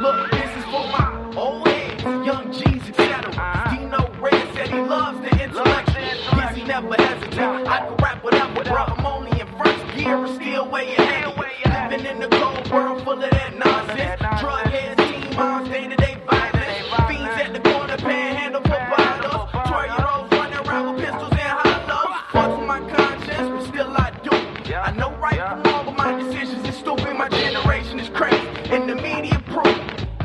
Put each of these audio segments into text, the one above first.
Look, this is for my old head. Young Jeezy Shadow. Dino Red said he Uh-huh. loves the intellect. Yes, he never hesitates. I can rap whatever, bro. I'm only in first gear and still weighing heavy. Living in the cold world full of that nonsense. Drug heads, teen moms, day to day violence. Fiends at the corner, panhandle for bottles. Twirling those running around with pistols and hollows. Fuck my conscience, but still I do. I know right from wrong, but my decisions is stupid. My generation is crazy, and the media proof.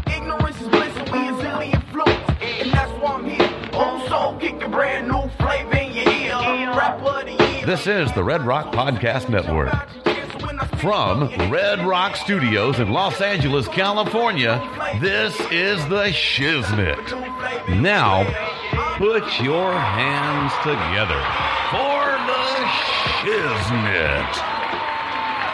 Ignorance is bliss, and we is illy influenced. And that's why I'm here. Old soul, kick the brand new flavor in your ear. Rapper of the year. This is the Red Rock Podcast Network. From Red Rock Studios in Los Angeles, California. This is the Shiznit. Now, put your hands together for the Shiznit.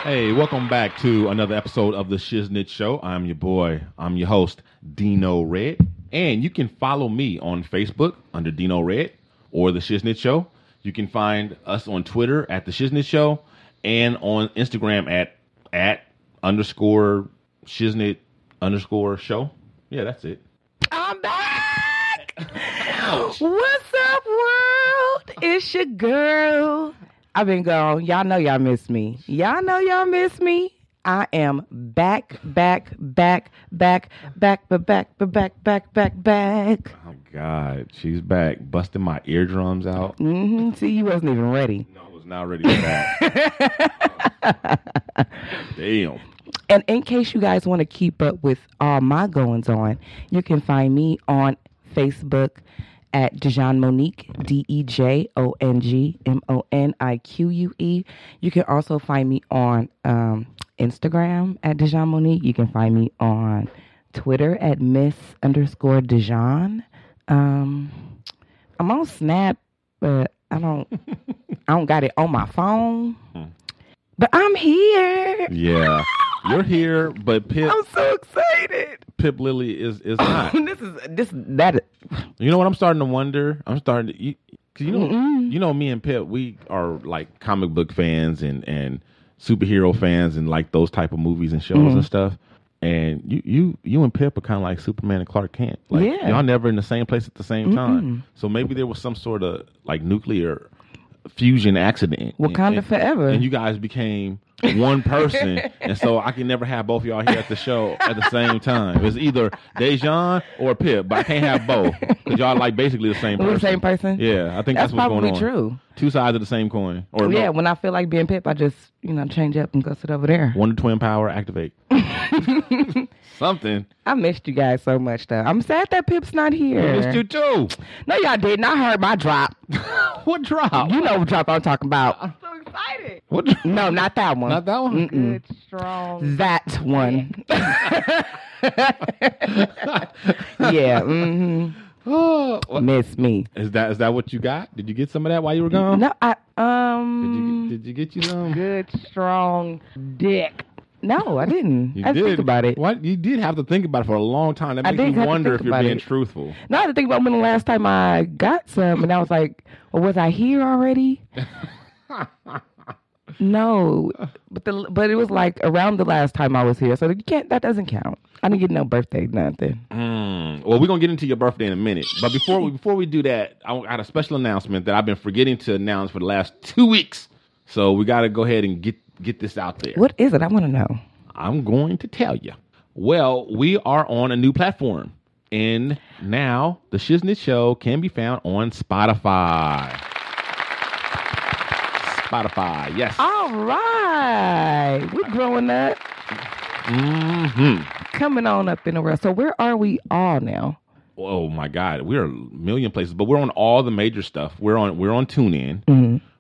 Hey, welcome back to another episode of the Shiznit Show. I'm your boy, I'm your host, Dino Red. And you can follow me on Facebook under Dino Red or The Shiznit Show. You can find us on Twitter at The Shiznit Show and on Instagram at at underscore Shiznit underscore show. Yeah, that's it. I'm back. What's up, world? It's your girl. I've been gone. Y'all know y'all miss me. Y'all know y'all miss me. I am back, back, back, back, back, but back, but back, back, back, back. Oh, God. She's back, busting my eardrums out. hmm See, you wasn't even ready. No, I was not ready for that. Damn. And in case you guys want to keep up with all my goings on, you can find me on Facebook at Dejan Monique, D E J O N G M O N I Q U E. You can also find me on um, Instagram at Dejan Monique. You can find me on Twitter at Miss underscore Dejan. Um, I'm on Snap, but I don't, I don't got it on my phone. But I'm here. Yeah. You're here, but Pip I'm so excited. Pip Lily is is not. this is this that. You know what? I'm starting to wonder. I'm starting to you, 'cause you know you know me and Pip. We are like comic book fans and and superhero fans and like those type of movies and shows Mm-hmm. and stuff. And you you you and Pip are kind of like Superman and Clark Kent. Like Yeah. y'all never in the same place at the same time. So maybe there was some sort of like nuclear fusion accident. And- Wakanda and- forever. And you guys became one person, and so I can never have both of y'all here at the show at the same time. It's either Dejan or Pip, but I can't have both because y'all like basically the same person. We're the same person? Yeah, I think That's that's, what's going on. probably true. Two sides of the same coin, or yeah, yeah, when I feel like being Pip, I just you know change up and go sit over there. one to twin power activate. Something. I missed you guys so much though. I'm sad that Pip's not here. It's two two. no, y'all didn't. I heard my drop. What drop? You know what drop I'm talking about? What? dr- No, not that one. Not that one. Mm-mm. That one. yeah. hmm Oh, what- Miss me. Is that is that what you got? Did you get some of that while you were gone? No, I Did you, um. did you get you some? Good strong dick. No, I didn't. You I didn't did think about it. What you did have to think about it for a long time. That I makes did you have to wonder think if you're about being it. truthful. Now I had to think about when the last time I got some, and I was like, well, was I here already? no, but the but it was like around the last time I was here, so you can't. That doesn't count. I didn't get no birthday, nothing. Hmm. Well, we're gonna get into your birthday in a minute, but before we, before we do that, I I had a special announcement that I've been forgetting to announce for the last two weeks. So we got to go ahead and get get this out there. What is it? I want to know. I'm going to tell you. Well, we are on a new platform, and now the Shiznit Show can be found on Spotify. Spotify, yes. All right, we're growing up, Mhm. coming on up in the world. So where are we all now? oh my god we're a million places but we're on all the major stuff we're on we're on tunein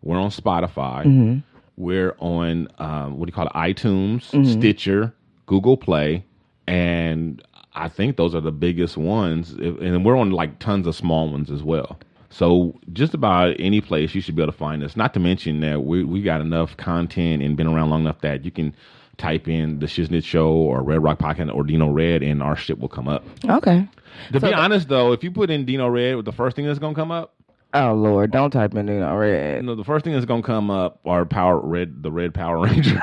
we're on spotify we're on um, what do you call it itunes stitcher google play and i think those are the biggest ones and we're on like tons of small ones as well So just about any place you should be able to find us. Not to mention that we we got enough content and been around long enough that you can type in the Shiznit Show or Red Rock Podcast or Dino Red and our shit will come up. Okay. To be the- honest though, if you put in Dino Red, the first thing that's gonna come up, Oh Lord, don't type in Dino Red. no, the first thing that's gonna come up are Power Red, the Red Power Ranger.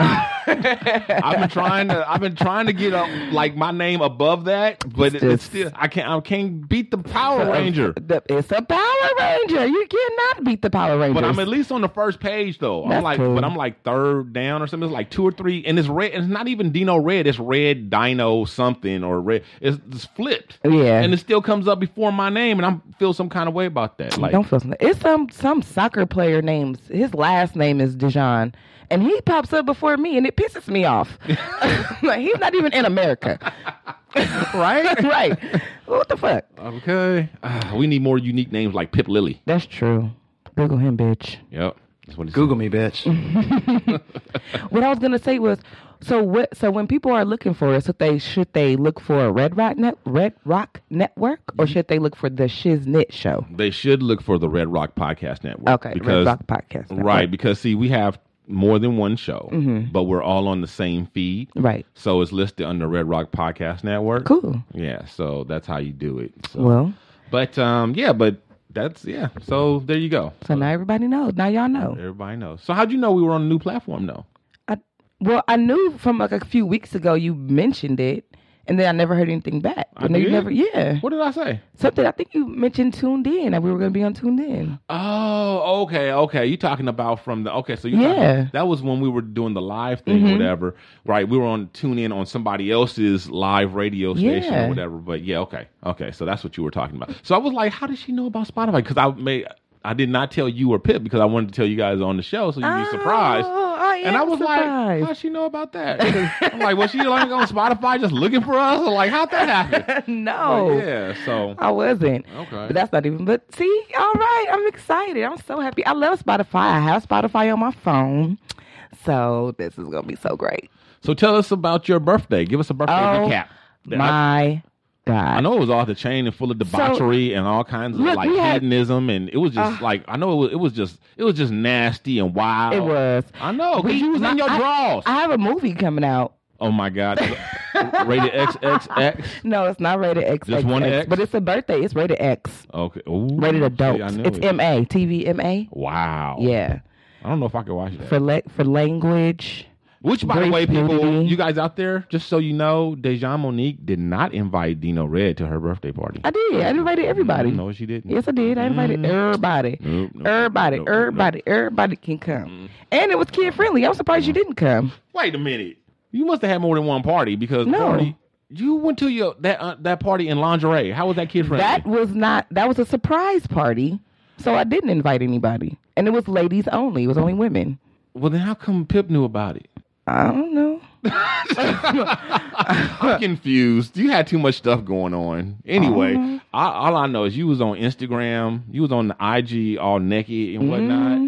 I've been trying to, I've been trying to get up like my name above that, but It's it, it's just- still I can't, I can't beat the Power Ranger. The- it's a Power Ranger. You cannot beat the Power Rangers. But I'm at least on the first page though. I'm That's like, cool. but I'm like third down or something. It's like two or three, and it's red. And it's not even Dino Red. It's Red Dino something or red. It's, it's flipped. Yeah. and it still comes up before my name, and I feel some kind of way about that. Like, Don't feel something. It's some some soccer player names. His last name is Dijon, and he pops up before me, and it pisses me off. like he's not even in America, right? right. What the fuck? okay, Ah, we need more unique names like Pip Lily. That's true. Google him, bitch. Yep. That's what he said. Google me, bitch. What I was gonna say was, so what? So when people are looking for us, should they should they look for a Red Rock Net Red Rock Network, or should they look for the Shiznit Show? They should look for the Red Rock Podcast Network. Okay, Red Rock Podcast. Network. Mm-hmm. Right, because see, we have more than one show, but we're all on the same feed. Right. So it's listed under Red Rock Podcast Network. Cool. Yeah, so that's how you do it. So. Well, but um, yeah, but that's yeah. So there you go. so now everybody knows. Now y'all know. Everybody knows. So how'd you know we were on a new platform though? I, well, I knew from like a few weeks ago you mentioned it, and then I never heard anything back. I And then you did? never, yeah, What did I say? something. I think you mentioned tuned in that we were going to be on tuned in. Oh, okay, okay. You talking about from the okay? So you Yeah. Mm-hmm. that was when we were doing the live thing, or whatever. Right? We were on tune in on somebody else's live radio station Yeah. or whatever. But yeah, okay, okay. So that's what you were talking about. So I was like, how did she know about Spotify? Because I made I did not tell you or Pip because I wanted to tell you guys on the show so you'd be surprised. Oh, I And I am was like, surprised. how'd she know about that? I'm like, was she like on Spotify just looking for us? Or like, how'd that happen? no. Yeah, so I wasn't. Okay. But that's not even. But see, all right, I'm excited. I'm so happy. I love Spotify. I have Spotify on my phone, so this is gonna be so great. so tell us about your birthday. Give us a birthday Oh, recap. That I- My God. I know it was off the chain and full of debauchery and all kinds of Look, like we had- Ah. hedonism, and it was just like I know it was, it was just it was just nasty and wild. It was. I know because We- you was in your I- drawers. I have a movie coming out. oh my god, rated XXX. No, it's not rated X. Just one X? But it's a birthday. It's rated X. Okay, Ooh, Rated see, adults. I knew it's it. Oh. MA. TV MA. wow. Yeah. I don't know if I could watch that. For la- for language. Which, by the Grace way, people, Nudity. you guys out there, just so you know, Dejan Monique did not invite Dino Red to her birthday party. I did. I invited everybody. No, she didn't. Yes, I did. I invited everybody. Nope, nope, everybody. nope, Mm-hmm. nope, everybody. Everybody can come. And it was kid friendly. I'm surprised you didn't come. Wait a minute. You must have had more than one party because No. party, you went to your that uh, that party in lingerie. How was that kid friendly? That was not. That was a surprise party. So I didn't invite anybody. And it was ladies only. It was only women. well, then how come Pip knew about it? I don't know. I'm confused. You had too much stuff going on. Anyway, Uh-huh. I, all I know is you was on Instagram. You was on the IG all naked and whatnot. Mm-hmm.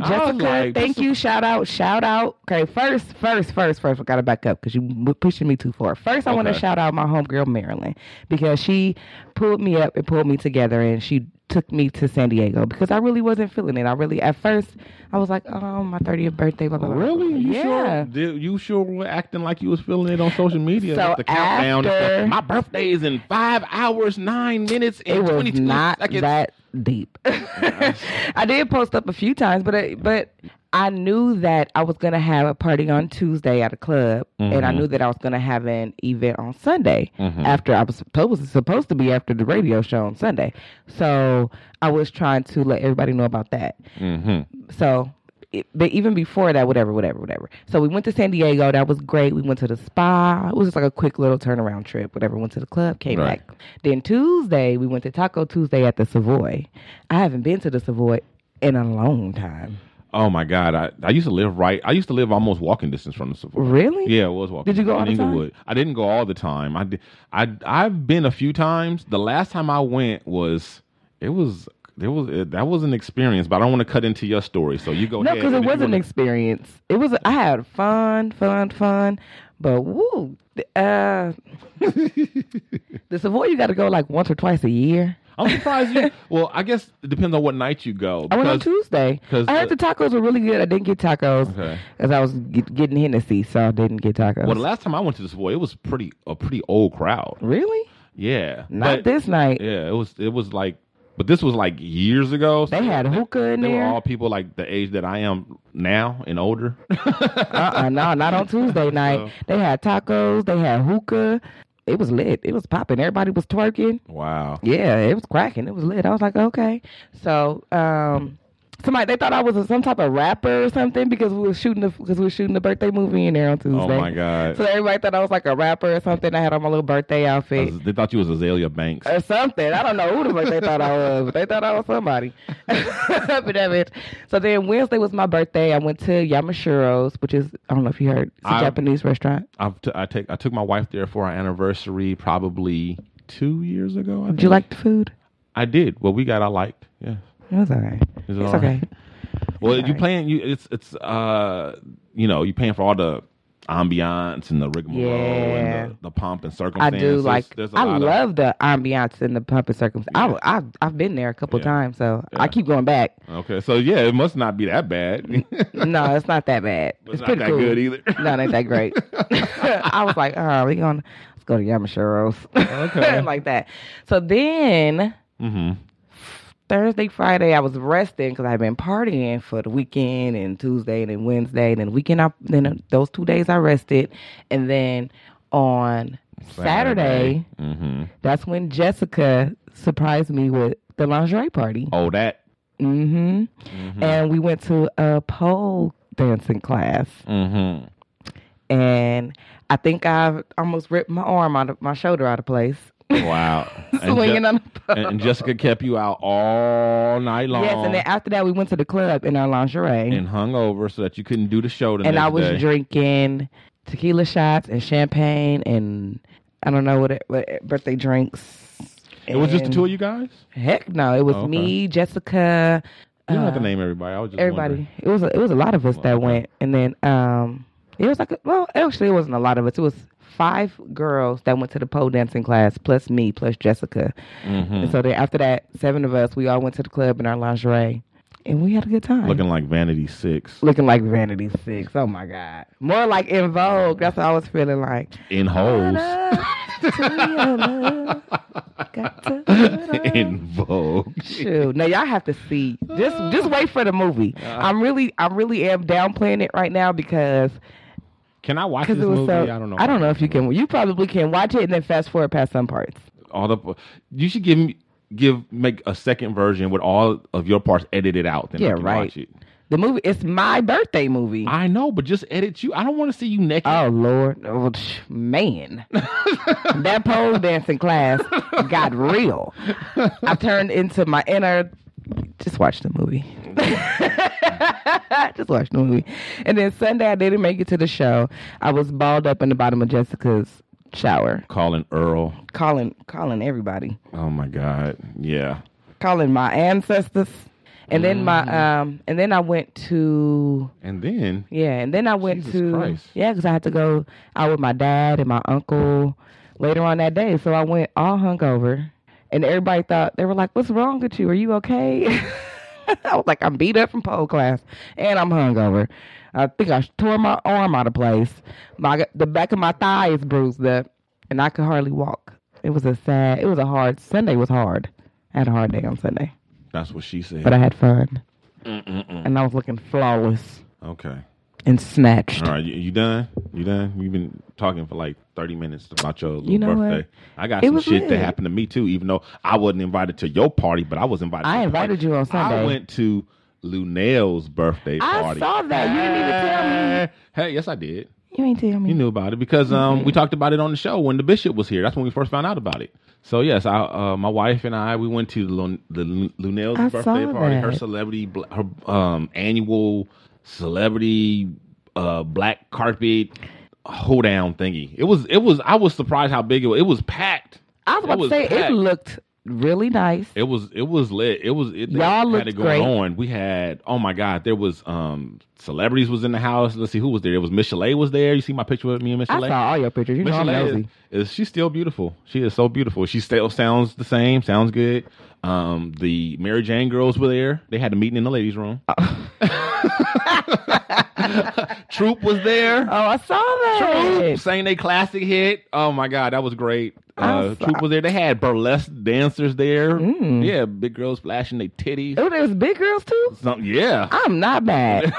I was Jessica, like, Oh, thank this- you. Shout out, shout out. Okay, first, first, first, first, I gotta back up because you m- pushing me too far. First, I want to Okay. shout out my homegirl Marilyn because she pulled me up and pulled me together, and she took me to San Diego because I really wasn't feeling it. I really, at first, I was like, oh, my 30th birthday, blah blah. blah, blah, Really? blah. You yeah. Sure, did, you sure were acting like you was feeling it on social media. So with the countdown. after- my birthday is in five hours, nine minutes, and It was 22 not seconds. that deep. I did post up a few times, but I, but I knew that I was gonna have a party on Tuesday at a club, and I knew that I was gonna have an event on Sunday after I was supposed supposed to be after the radio show on Sunday. So I was trying to let everybody know about that. So, it, but even before that, whatever, whatever, whatever. So we went to San Diego. That was great. We went to the spa. It was just like a quick little turnaround trip. Whatever. Went to the club. Came Right. back. Then Tuesday we went to Taco Tuesday at the Savoy. I haven't been to the Savoy in a long time. Oh my God! I, I used to live right. I used to live almost walking distance from the Sephora. Really? Yeah, it was walking. Did you go all in the time? Inglewood. I didn't go all the time. I did, I I've been a few times. The last time I went was it was there was it, that was an experience, but I don't want to cut into your story. So you go No, ahead. because it and if you was an wanna- experience. It was. I had fun, fun, fun. But woo, th- uh, the Savoy you got to go like once or twice a year. I'm surprised you. Well, I guess it depends on what night you go. I went on because- Tuesday. 'cause I heard the- the tacos were really good. I didn't get tacos because Okay. I was get, getting Hennessy, so I didn't get tacos. Well, the last time I went to this boy, it was pretty a pretty old crowd. really? Yeah, Not but- this night. Yeah, it was it was like, but this was like years ago. so They had hookah in They were there. all people like the age that I am now and older. uh-uh, no, not on Tuesday night. They had tacos. They had hookah. It was lit. It was popping. Everybody was twerking. wow. Yeah, it was cracking. It was lit. I was like, okay. So, um, somebody they thought I was some type of rapper or something because we were shooting the because we were shooting the birthday movie in there on Tuesday. Oh my god. So everybody thought I was like a rapper or something. I had on my little birthday outfit they thought you was Azalea Banks. or something. I don't know who the fuck they thought I was, but they thought I was somebody. but that bitch. So then Wednesday was my birthday. I went to Yamashiro's, which is I don't know if you heard, it's a I- Japanese restaurant. I've t- I take I took my wife there for our anniversary probably two years ago. I Did think. you like the food? I did. What we got, I liked. Yeah. It was alright. It's, was all okay. right. Well, you Alright. paying you. It's it's uh you know you paying for all the ambiance and the rigmarole Yeah. and the, the pomp and I circumstance. do There's- like. There's a I lot love the ambiance and the pump and circumstance. I, I, I've been there a couple Yeah. times, so Yeah. I keep going back. Of, okay, so yeah, it must not be that bad. no, it's not that bad. But it's it's not pretty that cool. good either. No, it ain't that great. I was like, oh, we going to let's go to Yamashiro's. Okay. like that. So then hmm Thursday, Friday, I was resting because I had been partying for the weekend and Tuesday and then Wednesday. And then weekend, I, then those two days I rested. And then on Saturday, hmm that's when Jessica surprised me with the lingerie party. Oh, that. hmm Mm-hmm. And we went to a pole dancing class. Mm-hmm. And I think I've almost ripped my arm out of my shoulder out of place. Wow. Swinging on the pole. and, and Jessica kept you out all night long. Yes, and then after that, we went to the club in our lingerie. and hung over so that you couldn't do the show the and next I was day. drinking tequila shots and champagne and I don't know what it, what it- birthday drinks. It was just the two of you guys. Heck no, it was Oh, okay. me, Jessica, You don't uh, have to name everybody. I was just everybody. It was a, it was a lot of us that went, and then um, it was like a, well, actually, it wasn't a lot of us. It was five girls that went to the pole dancing class, plus me, plus Jessica. Mm-hmm. And so then after that, seven of us, we all went to the club in our lingerie, and we had a good time. looking like Vanity Six Looking like Vanity Six. Oh my God. More like in Vogue. That's what I was feeling like. in holes in Vogue. Shoot. Now y'all have to see. Just just wait for the movie. Uh-huh. I'm really I really am downplaying it right now because Can I watch this because it was movie? so I don't know. I don't know if you can you probably can watch it and then fast forward past some parts. All the you should give me give make a second version with all of your parts edited out. Then I Yeah, can right. Watch it. The movie it's my birthday movie. I know, but just edit you. I don't want to see you naked. Oh Lord, oh, sh- man, that pole dancing class got real. I turned into my inner. Just watch the movie. just watch the movie, and then Sunday I didn't make it to the show. I was balled up in the bottom of Jessica's shower, Calling Earl. calling calling everybody, Oh my God. Yeah. calling my ancestors, and then my um, and then I went to And then Yeah, and then I went Jesus to Christ. yeah, because I had to go out with my dad and my uncle later on that day. So I went all hungover, and everybody thought they were like, "What's wrong with you? Are you okay?" I was like, "I'm beat up from pole class, and I'm hungover. I think I tore my arm out of place. My the back of my thigh is bruised up, and I could hardly walk. It was a sad. It was a hard Sunday. Was hard. I had a hard day on Sunday, that's what she said. but I had fun, and I was looking flawless okay. and snatched. All right, you, you done? You done? We've been talking for like thirty minutes about your little You know what? birthday. I got It some was shit that lit. happened to me too, even though I wasn't invited to your party, but I was invited. I to the invited party. you on Sunday. I went to Lunel's birthday I party. saw that. You didn't even tell me. Hey, yes, I did. You ain't tell me. You knew about it because um, we talked about it on the show when the bishop was here. That's when we first found out about it. So yes, I, uh, my wife and I we went to Lun- the Lun- Lunel's I birthday saw party, her that. celebrity, bl- her um, annual celebrity uh, black carpet hold down thingy. It was it was I was surprised how big it was. It was packed. I was It about to say it packed. looked really nice. It was it was lit. It was it, they Y'all had looked it going great. on. We had oh my god, there was um celebrities was in the house. Let's see who was there. It was Michelet was there. You see my picture with me and I Michelet. saw all your pictures. You know I'm Michelet nosy. is, is she's still beautiful. She is so beautiful. She still sounds the same. Sounds good. Um, the Mary Jane girls were there. They had a meeting in the ladies' room. Troop was there. Oh, I saw that. Troop sang they classic hit. Oh my god, that was great. Uh, I'm so- Troop was there. They had burlesque dancers there. Mm. Yeah, big girls flashing their titties. Oh, there was big girls too. Something, yeah. I'm not mad.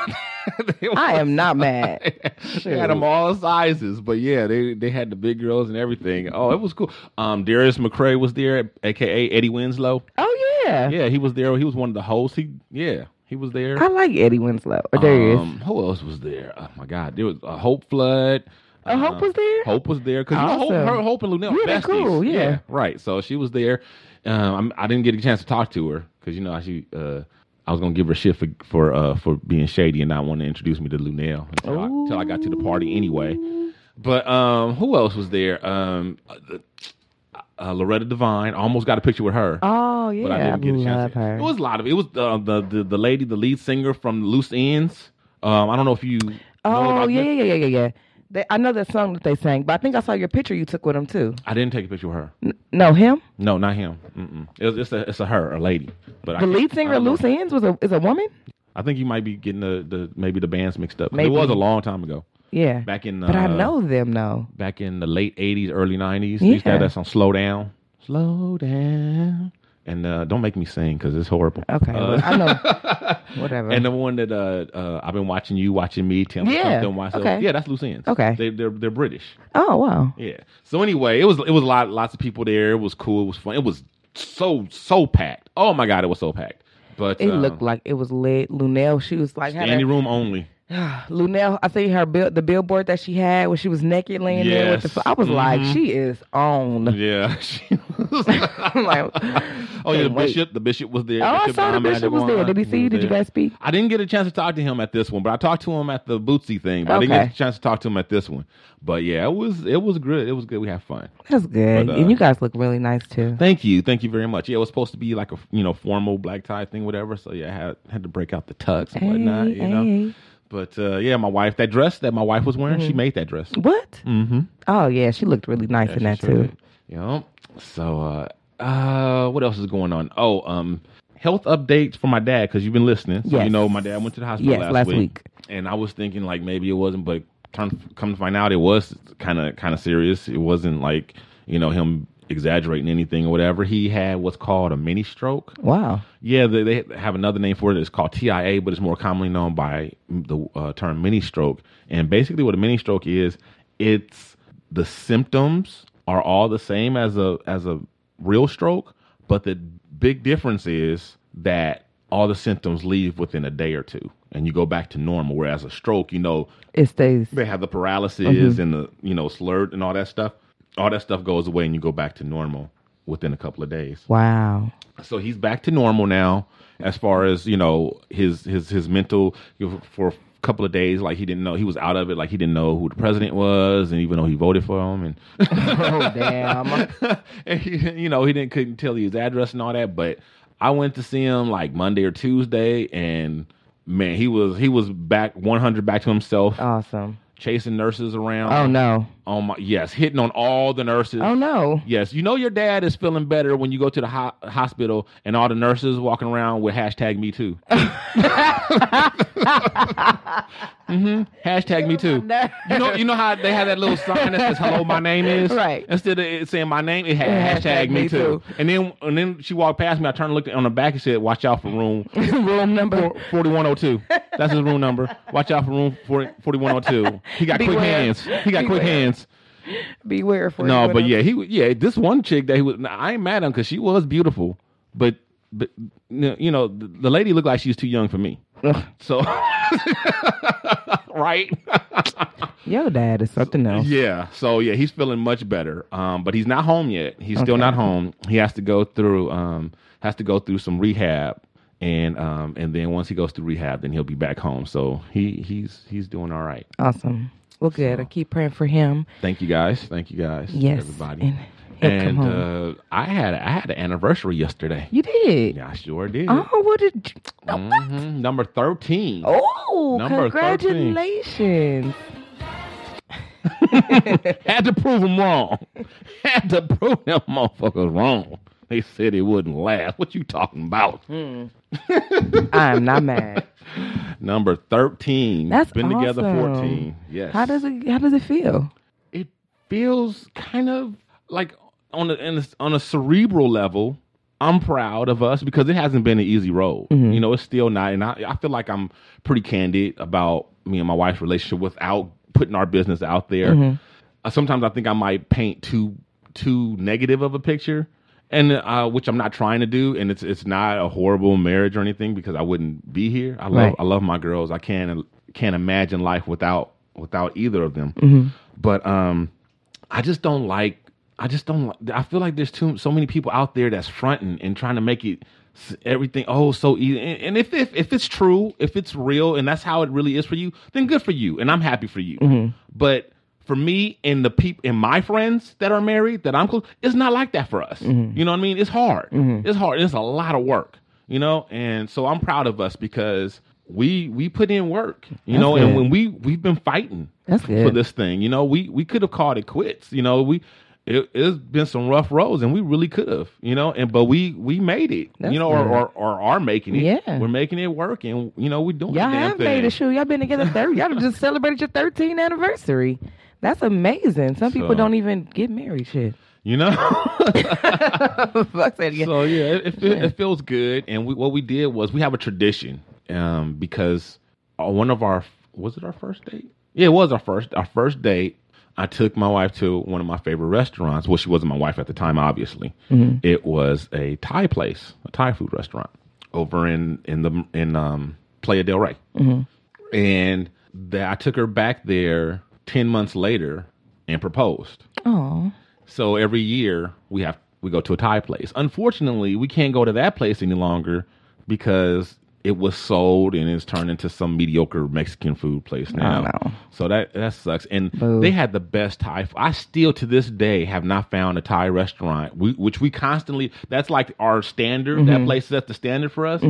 They I were- am not mad. they had them all sizes, but yeah, they they had the big girls and everything. Oh, it was cool. Um, Darius McCray was there, aka Eddie Winslow. Oh yeah. Yeah, he was there. He was one of the hosts. He yeah, he was there. I like Eddie Winslow. Or Darius. Um, who else was there? Oh my God, there was a Hope Flood. Um, Oh, Hope was there? uh, Hope was there because Hope, Awesome. her, Hope and Lunel Yeah, they're besties. cool, yeah. right. So she was there. Um, I'm- I didn't get a chance to talk to her because you know she. Uh, I was gonna give her shit for for uh, for being shady and not want to introduce me to Lunel until I, until I got to the party anyway. But um, who else was there? Um, uh, uh, Loretta Devine I almost got a picture with her oh yeah. but I didn't get a love chance. to- her. It was a lot of it. was uh, the, the the lady, the lead singer from Loose Ends. Um, I don't know if you. know oh about yeah, this. yeah, yeah, yeah, yeah. They, I know that song that they sang, but I think I saw your picture you took with him too. I didn't take a picture with her. No, him. No, not him. Mm-mm. It was, it's a it's a her, a lady. But I The can't- lead I singer don't know. Loose Ends was a is a woman. I think you might be getting the, the maybe the bands mixed up. 'cause It Maybe. was a long time ago. Yeah. Back in. Uh, but I know them though. Back in the late '80s, early '90s, they used to have Yeah. that song "Slow Down." Slow down. And uh, don't make me sing because it's horrible. Okay, Uh, well, I know. Whatever. And the one that uh, uh, I've been watching you, watching me, Tim, Yeah, something, myself. okay. Yeah, that's Lucien's. Okay. they, they're they're British. oh wow. Yeah. So anyway, it was it was a lot lots of people there. It was cool. It was fun. It was so so packed. Oh my god, it was so packed. But It um, looked like it was lit. Lunel, she was like had standing a- room only. Lunel, I think her bill, the billboard that she had where she was naked laying there with the. Yes. Mm-hmm. fl- I was like, she is on. Yeah. She was like- I'm like, oh yeah, the Wait. bishop. The bishop was there. Oh, I Bishop saw the Muhammad bishop was Adewale, there. Did he see you? Did you uh, there. guys speak? I didn't get a chance to talk to him at this one, but I talked to him at the Bootsy thing. But I didn't Okay. get a chance to talk to him at this one. But yeah, it was it was good. It was good. We had fun. that's good. But, uh, and you guys look really nice too. Thank you, thank you very much. Yeah, it was supposed to be like a you know formal black tie thing, whatever. So yeah, I had had to break out the tux and whatnot, Hey, you know. hey. But uh, yeah, my wife that dress that my wife was wearing, she made that dress. What? Mm-hmm. Oh yeah, she looked really nice in that She too. sure did. You know. So uh, uh, what else is going on? Oh, um, health updates for my dad because you've been listening. So you Yes. know my dad went to the hospital Yes, last week. and I was thinking like maybe it wasn't, but come come to find out it was kind of kind of serious. It wasn't like you know him exaggerating anything or whatever. He had what's called a mini stroke. Wow. Yeah, they, they have another name for it. It's called TIA, but it's more commonly known by the uh, term mini stroke. And basically, what a mini stroke is, it's the symptoms are all the same as a as a real stroke, but the big difference is that all the symptoms leave within a day or two, and you go back to normal. Whereas a stroke, you know, It stays. they have the paralysis and the you know slurred and all that stuff. All that stuff goes away, and you go back to normal within a couple of days Wow. so he's back to normal now as far as you know his his his mental you know, for a couple of days like he didn't know he was out of it like he didn't know who the president was and even though he voted for him Oh damn. and, and he, you know he didn't couldn't tell his address and all that but i went to see him like monday or tuesday and man he was he was back 100 back to himself awesome. chasing nurses around Oh no. oh my yes hitting on all the nurses Oh no. Yes, you know your dad is feeling better when you go to the ho- hospital and all the nurses walking around with hashtag me too. hmm Mm-hmm, Hashtag me too. You know, you know how they have that little sign that says "Hello, my name is." Right. Instead of it saying my name, it had hashtag, me, too. And then, and then she walked past me. I turned, and looked on the back, and said, "Watch out for room Room number. forty-one hundred two. That's his room number. Watch out for room 40, 4102. He got quick Beware. hands. He got quick Beware. hands. Beware for No, you, but um, yeah, he w- yeah. This one chick that he was, I ain't mad at him because she was beautiful, but but n- you know the, the lady looked like she was too young for me. So right, Your dad is something else. yeah. So yeah, he's feeling much better. Um, but he's not home yet. He's still Okay. not home. He has to go through um has to go through some rehab. And um and then once he goes through rehab, then he'll be back home. So he he's he's doing all right. Awesome. Well, good. I keep praying for him. Thank you guys. Thank you guys. Yes. everybody. And He'll and come home. uh, I had I had an anniversary yesterday. you did. Yeah, I sure did. Oh, what did? you- oh, what? Mhm, Number thirteen. Oh, Number 13. congratulations. Had to prove him wrong. Had to prove them motherfuckers wrong. They said it wouldn't last. What you talking about? Hmm. I'm not mad. Number thirteen. That's been together awesome. fourteen. Yes. How does it how does it feel? it feels kind of like on a, in a- on a cerebral level. I'm proud of us because it hasn't been an easy road. You know, it's still not, and I, I feel like I'm pretty candid about me and my wife's relationship without putting our business out there. Uh, sometimes I think I might paint too too negative of a picture, and uh, which I'm not trying to do. And it's it's not a horrible marriage or anything because I wouldn't be here. I love Right. I love my girls. I can't can't imagine life without without either of them. But um, I just don't like. I just don't. li- I feel like there's too so many people out there that's fronting and trying to make it s- everything oh so easy. And, and if, if if it's true, if it's real, and that's how it really is for you, then good for you, and I'm happy for you. But for me and the people and my friends that are married that I'm close, it's not like that for us. Mm-hmm. You know what I mean? It's hard. It's hard. It's a lot of work. You know, and so I'm proud of us because we we put in work. You know, and good. when we we've been fighting That's for good. this thing. You know, we we could have called it quits. You know, we it, it's been some rough roads, and we really could have. You know, and but we we made it. That's you know, or, good. or or are making it. Yeah. we're making it work, and you know we're doing. Y'all the damn have thing. made a shoe. Y'all been together thirty. Y'all just celebrated your 13th anniversary. That's amazing. Some people So- don't even get married. Shit. You know. Fuck that again. So yeah, it, it, feel- it feels good. And we, what we did was we have a tradition um, because on one of our was it our first date? Yeah, it was our first our first date. I took my wife to one of my favorite restaurants. Well, she wasn't my wife at the time, obviously. It was a Thai place, a Thai food restaurant over in in the in um, Playa del Rey and that I took her back there 10 months later and proposed. Aw. So every year we have we go to a Thai place. Unfortunately, we can't go to that place any longer because it was sold and it's turned into some mediocre Mexican food place now. no. So that that sucks. And they had the best Thai. f- I still to this day have not found a Thai restaurant, we, which we constantly. That's like our standard. That place sets the standard for us.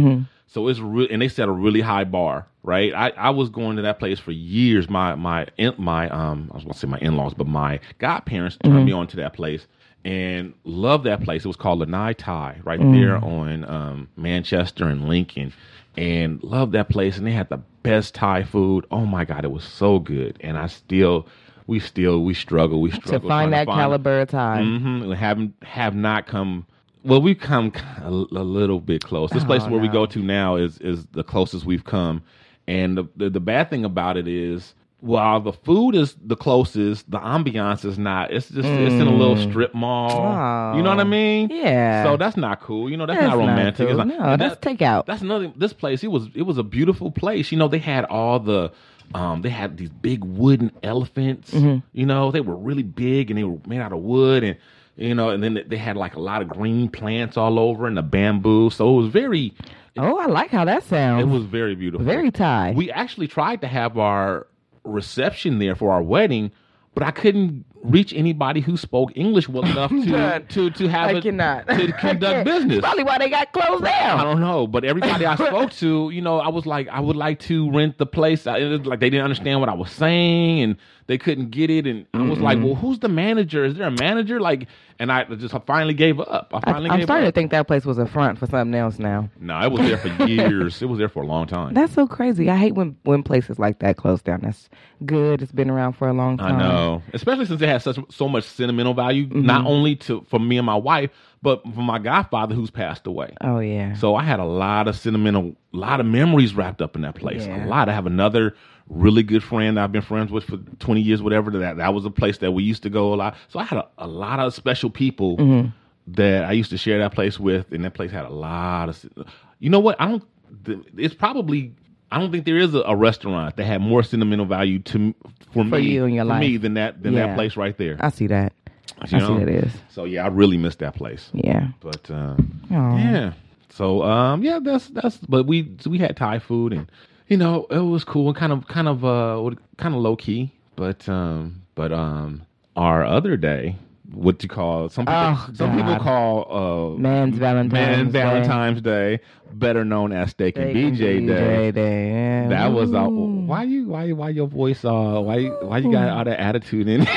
So it's real, and they set a really high bar, right? I, I was going to that place for years. My my in- my um, I was going to say my in laws, but my godparents turned me on to that place and loved that place. It was called Lanai Thai, right Mm. there on um, Manchester and Lincoln, and loved that place. And they had the best Thai food. Oh my God, it was so good. And I still, we still, we struggle, we struggle To trying find that caliber of time. hmm Haven't have not come. Well, we've come a, a little bit close. This place Oh, where we no. go to now is is the closest we've come, and the, the the bad thing about it is while the food is the closest, the ambiance is not. It's just it's in a little strip mall. You know what I Mm. Oh, mean? yeah. So that's not cool. You know that's, That's not not romantic. It's cool. not- No, and that's takeout. That's another. This place it was it was a beautiful place. You know they had all the. Um, they had these big wooden elephants. Mm-hmm. You know, they were really big and they were made out of wood, and you know, and then they had like a lot of green plants all over and the bamboo. So it was very, Oh, I like how that sounds. it was very beautiful, Very Thai. We actually tried to have our reception there for our wedding, but I couldn't reach anybody who spoke English well enough to Done. to to have I it- cannot. to I conduct can't. business. Probably why they got closed I down. don't know, but everybody I spoke to, you know, I was like, I would like to rent the place. I, it was like they didn't understand what I was saying, and they couldn't get it. And I was like, well, who's the manager? Is there a manager? Like, and I just finally gave up. I finally I'm gave starting to up. think that place was a front for something else now. no, it was there for years. it was there for a long time. That's so crazy. I hate when when places like that close down. That's good. It's been around for a long I time. know, especially since it has such so much sentimental value, Mm-hmm. not only to for me and my wife, but for my godfather who's passed away. Oh yeah. So I had a lot of sentimental, a lot of memories wrapped up in that place. Yeah. A lot. I have another really good friend I've been friends with for 20 years, whatever. That that was a place that we used to go a lot. So I had a, a lot of special people Mm-hmm. that I used to share that place with, and that place had a lot of. sen- You know what? I don't. th- It's probably. I don't think there is a, a restaurant that had more sentimental value to m- for, For me you and your for me life. than that than Yeah. that place right there. I see that. you I see know? that is. So yeah, I really miss that place. Yeah. But uh, Aw. yeah, so um, yeah, that's that's. But we so we had Thai food, and you know it was cool and kind of kind of uh kind of low key. But um, but um, our other day what you call some people, Oh, some people God. call uh Man's Valentine's Man Day. Valentine's Day, better known as Steak and Big BJ Day. DJ Day. yeah. That was uh, Mm. why you why why your voice uh why you- why you got all that attitude in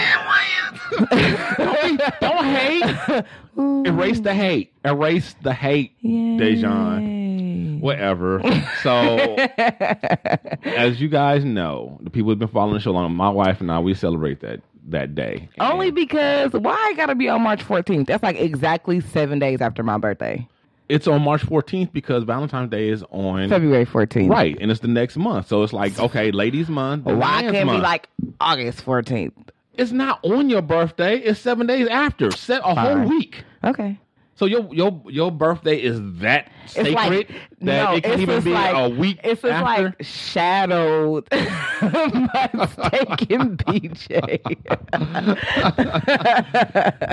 it? don't hate. Ooh, Mm. Erase the hate. Erase the hate. Dejan. yay. Whatever. So, as you guys know, the people who've been following the show long, my wife and I, we celebrate that that day. Only And because why I gotta be on March 14th? That's like exactly seven days after my birthday, it's on March 14th because Valentine's Day is on February 14th. right, and it's the next month. So it's like okay, ladies' month. then Why man's can't we month. like August 14th? It's not on your birthday. It's seven days after. Set a whole Fine. week. Okay. So your your your birthday is that It's sacred like that no, it can it's even just be like, a week It's just after. like shadowed by steak and BJ.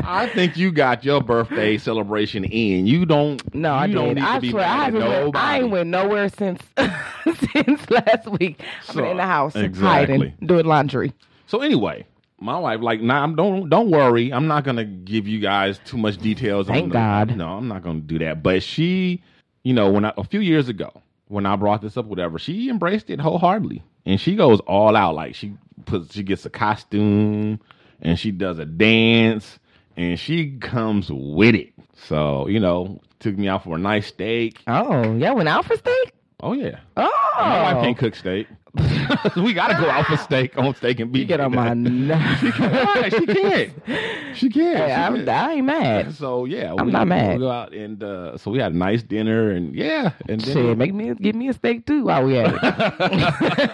I think you got your birthday celebration in. You don't. No, I you don't did. need to I be swear, mad I at haven't. Went, I nobody. ain't went nowhere since since last week. I've So, been in the house exactly. hiding, doing laundry. So anyway, my wife like, nah, I'm, don't don't worry. I'm not gonna give you guys too much details. Thank on the- God. No, I'm not gonna do that. But she, you know, when I, a few years ago when I brought this up, whatever, she embraced it wholeheartedly, and she goes all out. Like she puts, she gets a costume, and she does a dance, and she comes with it. So you know, took me out for a nice steak. Oh, yeah, went out for steak. Oh yeah. Oh, My wife can't cook steak. we gotta go out for steak on steak and beef. You get on my nerves. Right, she can't. She can't. Hey, she I'm, can't. I ain't mad. So yeah, I'm we, not mad. We go out and uh, so we had a nice dinner and yeah, and Shit, then make me give me a steak too while we at it.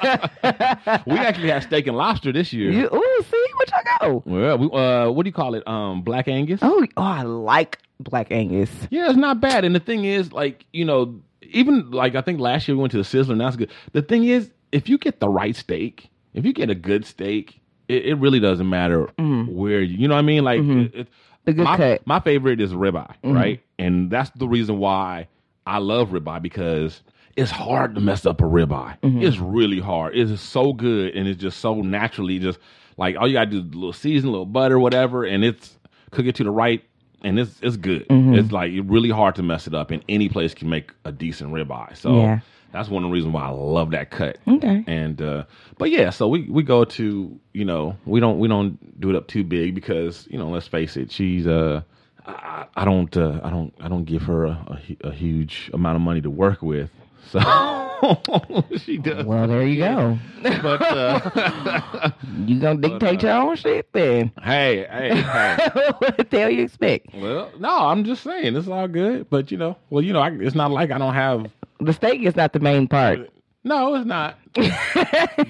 we actually had steak and lobster this year. you, ooh, see what y'all go. Well, we, uh, what do you call it? Um, Black Angus. Oh, oh, I like Black Angus. Yeah, it's not bad. And the thing is, like you know, even like I think last year we went to the Sizzler, and that's good. The thing is, if you get the right steak, if you get a good steak, it, it really doesn't matter where you. You know what I mean? Like it, it- Mm. Mm-hmm. The good my, cut. My favorite is ribeye, Mm-hmm. right? And that's the reason why I love ribeye because it's hard to mess up a ribeye. Mm-hmm. It's really hard. It is so good and it's just so naturally just like all you gotta do is a little season, a little butter, whatever, and it's cook it to the right and it's it's good. Mm-hmm. It's like it's really hard to mess it up and any place can make a decent ribeye. So Yeah. that's one of the reasons why I love that cut. Okay. And uh but yeah, so we we go to, you know, we don't we don't do it up too big because, you know, let's face it, she's uh I, I don't uh, I don't I don't give her a, a, hu- a huge amount of money to work with. So she does. Well, there you go. But uh, You gonna dictate your own shit then? hey, hey, hey. what the hell you expect? Well, no, I'm just saying it's all good, but you know, well, you know, I, it's not like I don't have The steak is not the main part. No, it's not. but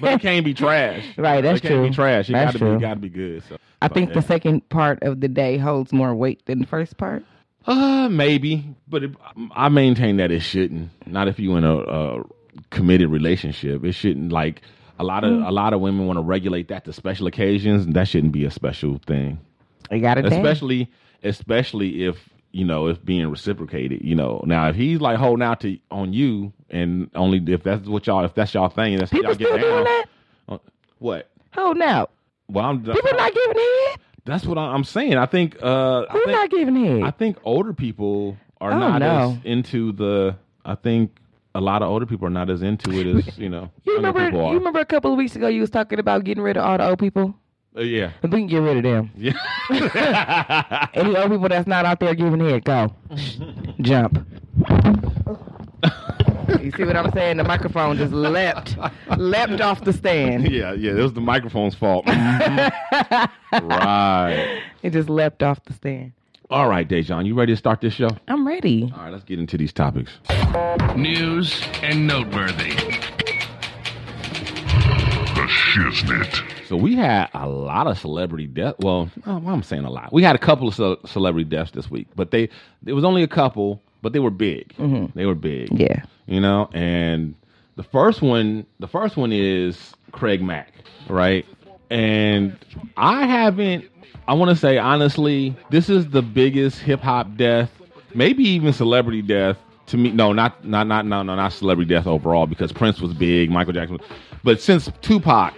it can't be trash. Right, that's it can't true. be trash. It That's gotta be true. it gotta be good. So I so, think yeah. the second part of the day holds more weight than the first part. uh maybe, but it, I maintain that it shouldn't. Not if you in a, a committed relationship. It shouldn't like a lot of Mm. a lot of women want to regulate that to special occasions. and That shouldn't be a special thing. You got a day. especially especially if you know if being reciprocated you know now if he's like holding out to on you and only if that's what y'all if that's y'all thing that's People y'all get still down doing that? Uh, what Oh no, well i'm people not giving head. that's what I- i'm saying i think uh I Who think, not giving I head? think older people are Oh, not no. as into the i think a lot of older people are not as into it as you know You younger remember? people are. You remember a couple of weeks ago you was talking about getting rid of all the old people. Uh, yeah We can get rid of them. yeah Any old people that's not out there giving head, go jump. you see what I'm saying? The microphone just leapt, leapt off the stand. yeah yeah it was the microphone's fault right It just leapt off the stand. All right, Dejan, you ready to start this show? All I'm ready. right, let's get into these topics. News and noteworthy. The Shiznit. So we had a lot of celebrity death. Well, I'm I'm saying a lot. We had a couple of ce- celebrity deaths this week, but they it was only a couple, but they were big. They were big. Mm-hmm. Yeah. you know. And the first one, the first one is Craig Mack, right? And I haven't. I want to say honestly, this is the biggest hip hop death, maybe even celebrity death to me. No, not not not no no not celebrity death overall because Prince was big, Michael Jackson, was, but since Tupac,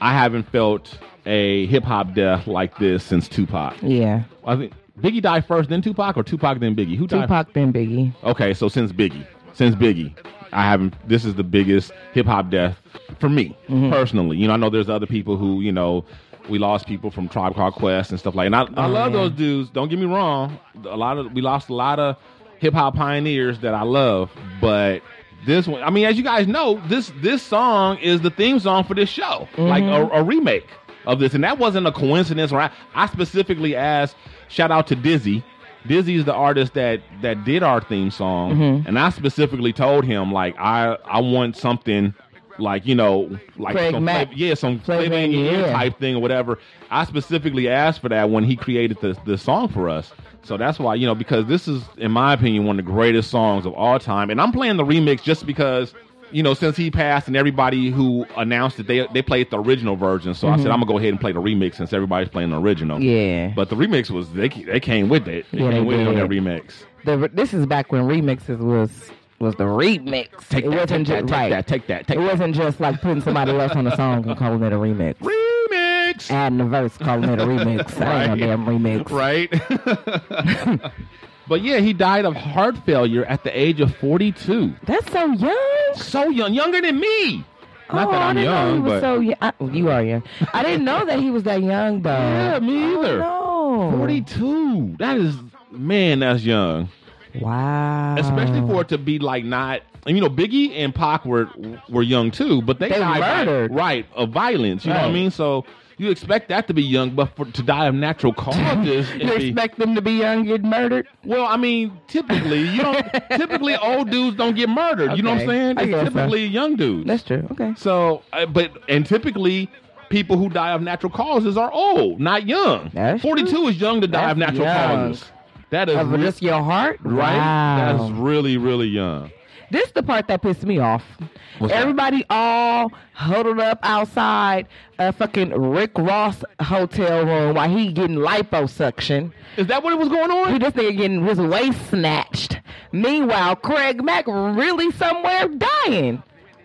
I haven't felt a hip hop death like this since Tupac. Yeah. I think Biggie died first, then Tupac, or Tupac then Biggie. Who died? Tupac then Biggie. Okay, so since Biggie, since Biggie, I haven't. This is the biggest hip hop death for me personally. You know, I know there's other people who you know we lost people from Tribe Called Quest and stuff like. And I, I love those dudes. Don't get me wrong. A lot of we lost a lot of hip hop pioneers that I love, but. This one, I mean, as you guys know, this this song is the theme song for this show, like a, a remake of this, and that wasn't a coincidence. Or I, I specifically asked, shout out to Dizzy, Dizzy is the artist that that did our theme song, Mm-hmm. and I specifically told him like I I want something like you know like Craig some Mack. flav- yeah some Flavor flavor in in your Your ear Ear. type thing or whatever. I specifically asked for that when he created the the song for us. So that's why you know because this is in my opinion one of the greatest songs of all time, and I'm playing the remix just because. You know, since he passed, and everybody who announced it, they they played the original version. So I said, I'm gonna go ahead and play the remix since everybody's playing the original. Mm-hmm. Yeah. But the remix was they they came with it. They Yeah, came they with it on did. that remix. The, this is back when remixes was was the remix. it wasn't just right. take that, it wasn't just like putting somebody else on a song and calling it a remix. Remix! Adding a verse, calling it a remix. I ain't no damn remix. Right? but yeah, he died of heart failure at the age of 42. That's so young. So young, younger than me! Not oh, that I I'm didn't know he young, was but so young. I, you are young. I didn't know that he was that young though. yeah, me either. Oh, No. 42. That is, man, that's young. Wow. Especially for it to be like not, and, you know, Biggie and Pac were were young too, but they, They died by- murdered. right of violence. You know what I Right. mean? So you expect that to be young, but for, to die of natural causes, it'd you be- expect them to be young, get murdered. Well, I mean, typically you don't. typically, old dudes don't get murdered. You know what I'm Okay. saying? I It's guess so. typically young dudes. That's true. Okay. so, uh, but and typically, people who die of natural causes are old, not young. That's true. 42 is young to die of That's natural young. causes. That is Of re- just Oh, your heart, right. Wow. That's really really young. This the part that pissed me off. What's that? Everybody all huddled up outside a fucking Rick Ross hotel room while he getting liposuction. Is that what it was going He on? this nigga getting his waist snatched. Meanwhile, Craig Mack really somewhere dying.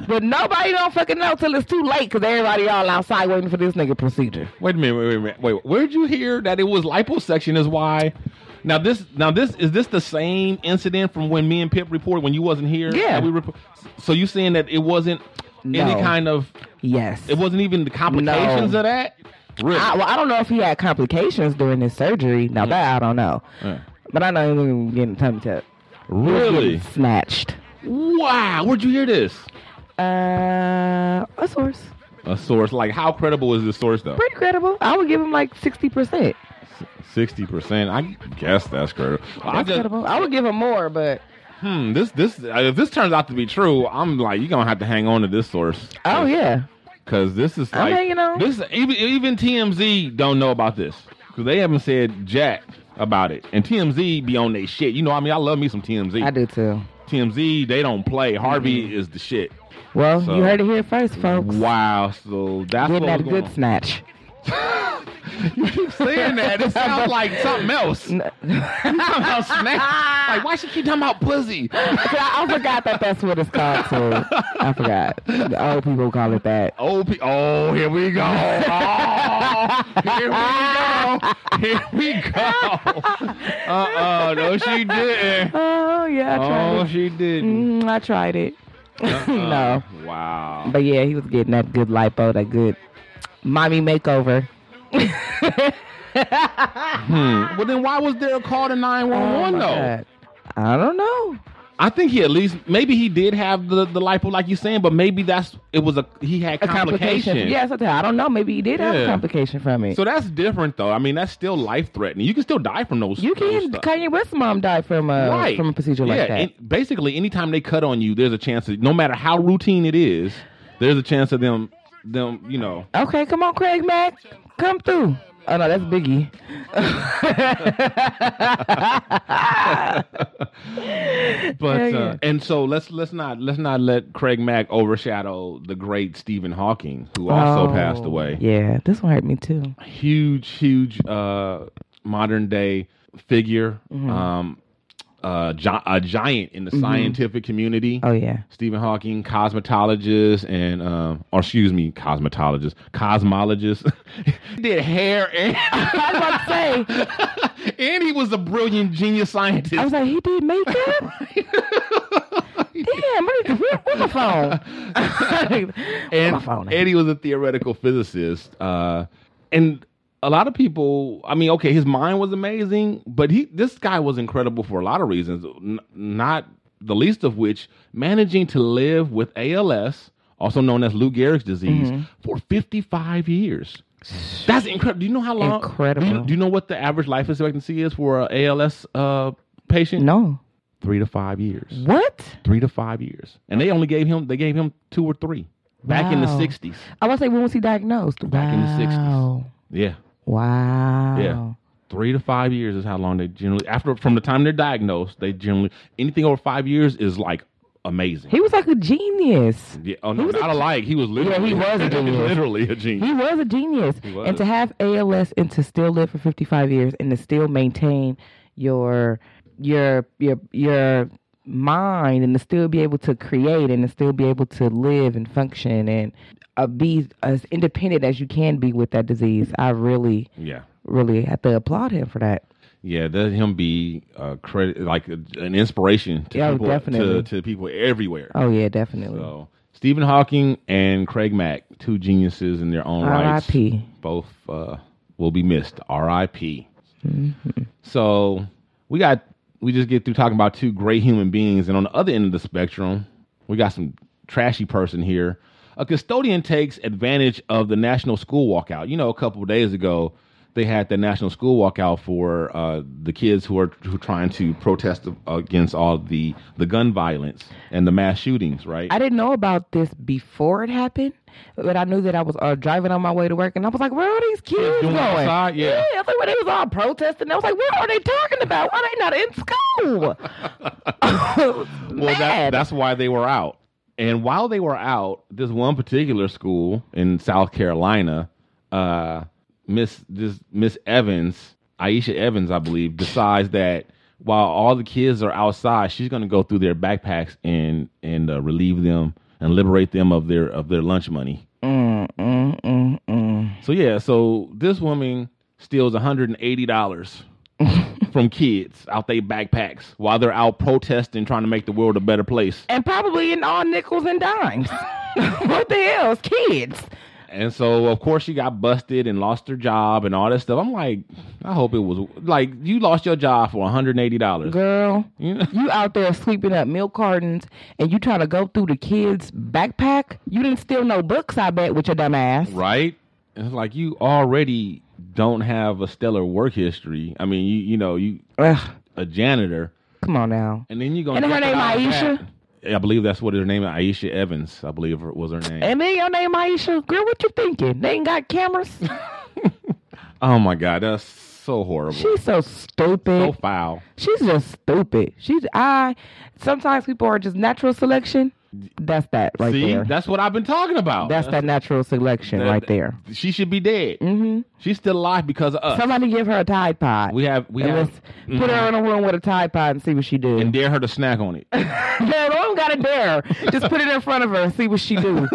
But nobody don't fucking know till it's too late because everybody all outside waiting for this nigga procedure. Wait a minute. Wait, wait, a minute. wait. Where'd you hear that it was liposuction? Is why. Now this, now this is this the same incident from when me and Pip reported when you wasn't here. Yeah. That We report, so you saying that it wasn't any No. kind of Yes. It wasn't even the complications No. of that. Really? I, well, I don't know if he had complications during his surgery. Now that I don't know. Mm. Yeah. But I know he was getting tummy tuck. He was really? getting Snatched. Wow. Where'd you hear this? Uh, a source. A source. Like, how credible is this source though? Pretty credible. I would give him like 60%. Sixty percent. I guess that's credible. I That's just, credible. I would give him more, but hmm, this this if this turns out to be true, I'm like you're gonna have to hang on to this source. oh yeah. Because this is I'm like hanging on. this even even TMZ don't know about this because they haven't said jack about it. And TMZ be on their shit. You know, I mean, I love me some TMZ. I do too. TMZ, they don't play. Harvey is the shit. Well, So- you heard it here first, folks. Wow, so that's Getting what that was going good on. snatch. You keep saying that. It sounds like something else. You talking about snatch? Like, why she keep talking about pussy? I, I forgot that that's what it's called too. I forgot. The old people call it that. Oh, pe- oh, here we go. Oh, here we go. Here we go. Uh-uh, no, she didn't. Oh yeah, I tried Oh, Uh-uh. it. she didn't. Mm, I tried it. no, Wow. but yeah, he was getting that good lipo, that good mommy makeover. Well, then why was there a call to 911, Oh, my though? God. I don't know. I think he at least maybe he did have the the lipo like you're saying, but maybe that's it was a he had A complication. complication. Yeah, something. I don't know. Maybe he did have Yeah. a complication from it. So that's different though. I mean, that's still life threatening. You can still die from those. you those can stuff. Kanye West's mom died from a right Uh, from a procedure like Yeah, that. and basically, anytime they cut on you, there's a chance that no matter how routine it is, there's a chance of them them you know. Okay, come on, Craig Mack. Come through. Oh no, that's Biggie. But Yeah, uh, yeah. and so let's let's not let's not let Craig Mack overshadow the great Stephen Hawking, who also Oh, passed away. Yeah, this one hurt me too. Mm-hmm. huge, huge uh, modern day figure. Um, uh, gi- a giant in the scientific community. Oh, yeah. Stephen Hawking, cosmetologist, and um, or excuse me, cosmetologist, cosmologist. He did hair, and, I was about to say. and he was a brilliant genius scientist. I was like, he did makeup. Damn, where, did- where, where's my phone? where's and, my phone? at? and he was a theoretical physicist. Uh, and a lot of people, I mean, okay, his mind was amazing, but he this guy was incredible for a lot of reasons, n- not the least of which managing to live with ALS, also known as Lou Gehrig's disease, Mm-hmm. for 55 years. That's incredible. Do you know how long? Incredible. Do you, do you know what the average life expectancy is for a ALS uh, patient? no. Three to five years What? three to five years, and they only gave him they gave him two or three back in the Wow. sixties. I was like, when was he diagnosed? Back in the 60s. Wow. Yeah, Wow. yeah, three to five years is how long they generally after from the time they're diagnosed. They generally anything over five years is like amazing. He was like a genius. yeah, oh no, was a not alike. He was literally he was a genius. literally a He genius. was a genius. was. And to have ALS and to still live for 55 years and to still maintain your your your your mind and to still be able to create and to still be able to live and function and uh, be as independent as you can be with that disease. I really Yeah. really have to applaud him for that. Yeah, let him be uh, credit like uh, an inspiration to Yeah, people definitely. To, to people everywhere. Oh yeah, definitely. So Stephen Hawking and Craig Mack, two geniuses in their own rights. R.I.P.. Both uh, will be missed. R.I.P. So we got we just get through talking about two great human beings, and on the other end of the spectrum, we got some trashy person here. A custodian takes advantage of the national school walkout. You know, a couple of days ago, they had the national school walkout for uh, the kids who are who are trying to protest against all the the gun violence and the mass shootings. Right? I didn't know about this before it happened, but I knew that I was uh, driving on my way to work, and I was like, "Where are these kids doing going?" outside, yeah. I was like, "Well, they was all protesting." I was like, "What are they talking about? Why they not in school?" Well, that, Mad. that's why they were out. And while they were out, this one particular school in South Carolina, uh, Miss this Miss Evans, Aisha Evans, I believe, decides that while all the kids are outside, she's going to go through their backpacks and and uh, relieve them and liberate them of their of their lunch money. So yeah, so this woman steals one hundred and eighty dollars from kids out their backpacks while they're out protesting, trying to make the world a better place. and probably in all nickels and dimes. what the hell, it's kids? And so, of course, she got busted and lost her job and all that stuff. I'm like, I hope it was like you lost your job for 180 dollars. Girl, you out there sweeping up milk cartons, and you trying to go through the kids' backpack? You didn't steal no books, I bet, with your dumb ass. right? And It's like you already don't have a stellar work history. I mean, you you know you Ugh, a janitor, come on now. and then you gonna And her name jeopardize Aisha? that. I believe that's what her name Aisha Evans. I believe was her name. And then your name Aisha. Girl, what you thinking? They ain't got cameras. Oh my god, that's so horrible. She's so so stupid. foul. She's just stupid. She's I. Sometimes people are just natural selection. That's that right See, there. that's what I've been talking about. That's that natural selection that- right there. She should be dead. Mm-hmm. She's still alive because of us. Mm. Somebody give her a Tide Pod. we have we And have Mm-hmm. let's put her in a room with a Tide Pod and see what she do. and dare her to snack on it. no, don't got to dare. Just put it in front of her and see what she do.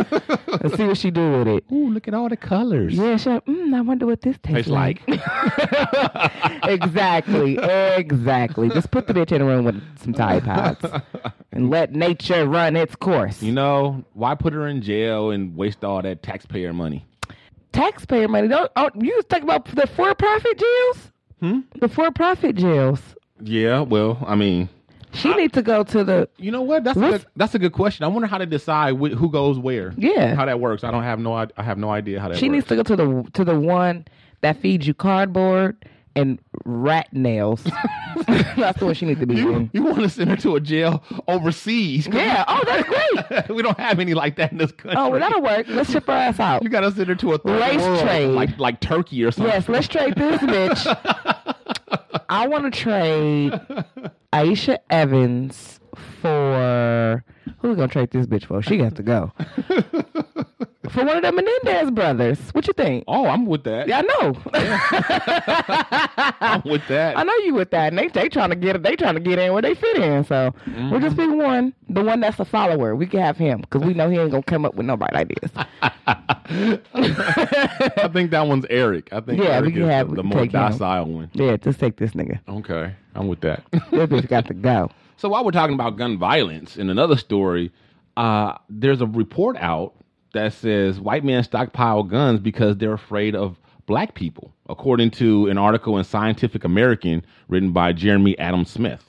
and see what she do with it. Ooh, look at all the colors. Yeah, sure. Mm, I wonder what this tastes It's like exactly, exactly. Just put the bitch in a room with some Tide Pods and let nature run its course. you know why put her in jail and waste all that taxpayer money? Taxpayer money. Don't oh, you was talking about the for-profit jails? Hmm? The for-profit jails. Yeah, well, I mean, She need to go to the. you know what? That's a What's- good, that's a good question. I wonder how to decide wh- who goes where. Yeah. how that works. I don't have no I, I have no idea how that. She works. needs to go to the to the one that feeds you cardboard and rat nails. That's the one she needs to be You, in. you want to send her to a jail overseas? Yeah. Oh, that's great. we don't have any like that in this country. Oh, well, that'll work. Let's ship her ass out. you got to send her to a third Race world, trade. like like Turkey or something. Yes, let's trade this bitch. I want to trade Aisha Evans for who we gonna trade this bitch for? She got to go. for one of the Menendez brothers. What you think? Oh, I'm with that. Yeah, I know. I'm with that. I know you with that. And they they trying to get they trying to get in where they fit in. So we'll just pick one, the one that's a follower. We can have him because we know he ain't gonna come up with nobody like this. I think that one's Eric. I think Yeah, we Eric can is have- the, we the can more take him. docile one. yeah, just take this nigga. Okay, I'm with that. This bitch got to go. so while we're talking about gun violence, in another story, uh, there's a report out that says white men stockpile guns because they're afraid of black people, according to an article in Scientific American written by Jeremy Adam Smith.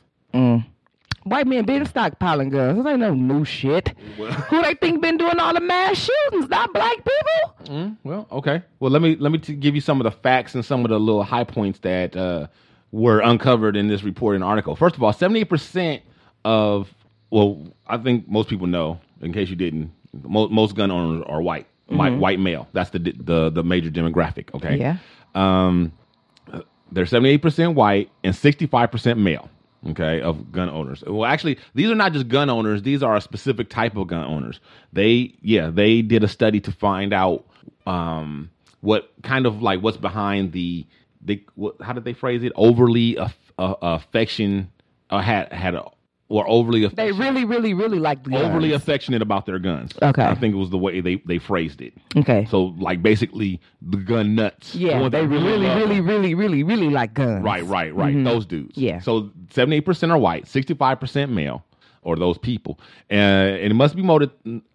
White men been stockpiling guns. This ain't no new shit. Who they think been doing all the mass shootings? Not black people. Mm. Well, okay. Well, let me let me t- give you some of the facts and some of the little high points that uh, were uncovered in this report and article. First of all, seventy eight percent of well, I think most people know. In case you didn't, most, most gun owners are white, white, white male. That's the d- the the major demographic. Okay. Yeah. Um, they're seventy eight percent white and sixty five percent male. Okay, of gun owners. Well, actually, these are not just gun owners. These are a specific type of gun owners. They, yeah, they did a study to find out um, what kind of like what's behind the they. What, how did they phrase it? Overly aff- uh, affection uh, had had a, or overly They affection, really, really, really like the overly guns. affectionate about their guns. Okay. I think it was the way they they phrased it. okay. So like basically the gun nuts. the yeah, ones they that really, really, love. really, really, really, like guns. Right, right, right. Those dudes. Mm-hmm. Yeah. So 78% are white, 65% male, or those people. Uh, and it must be noted.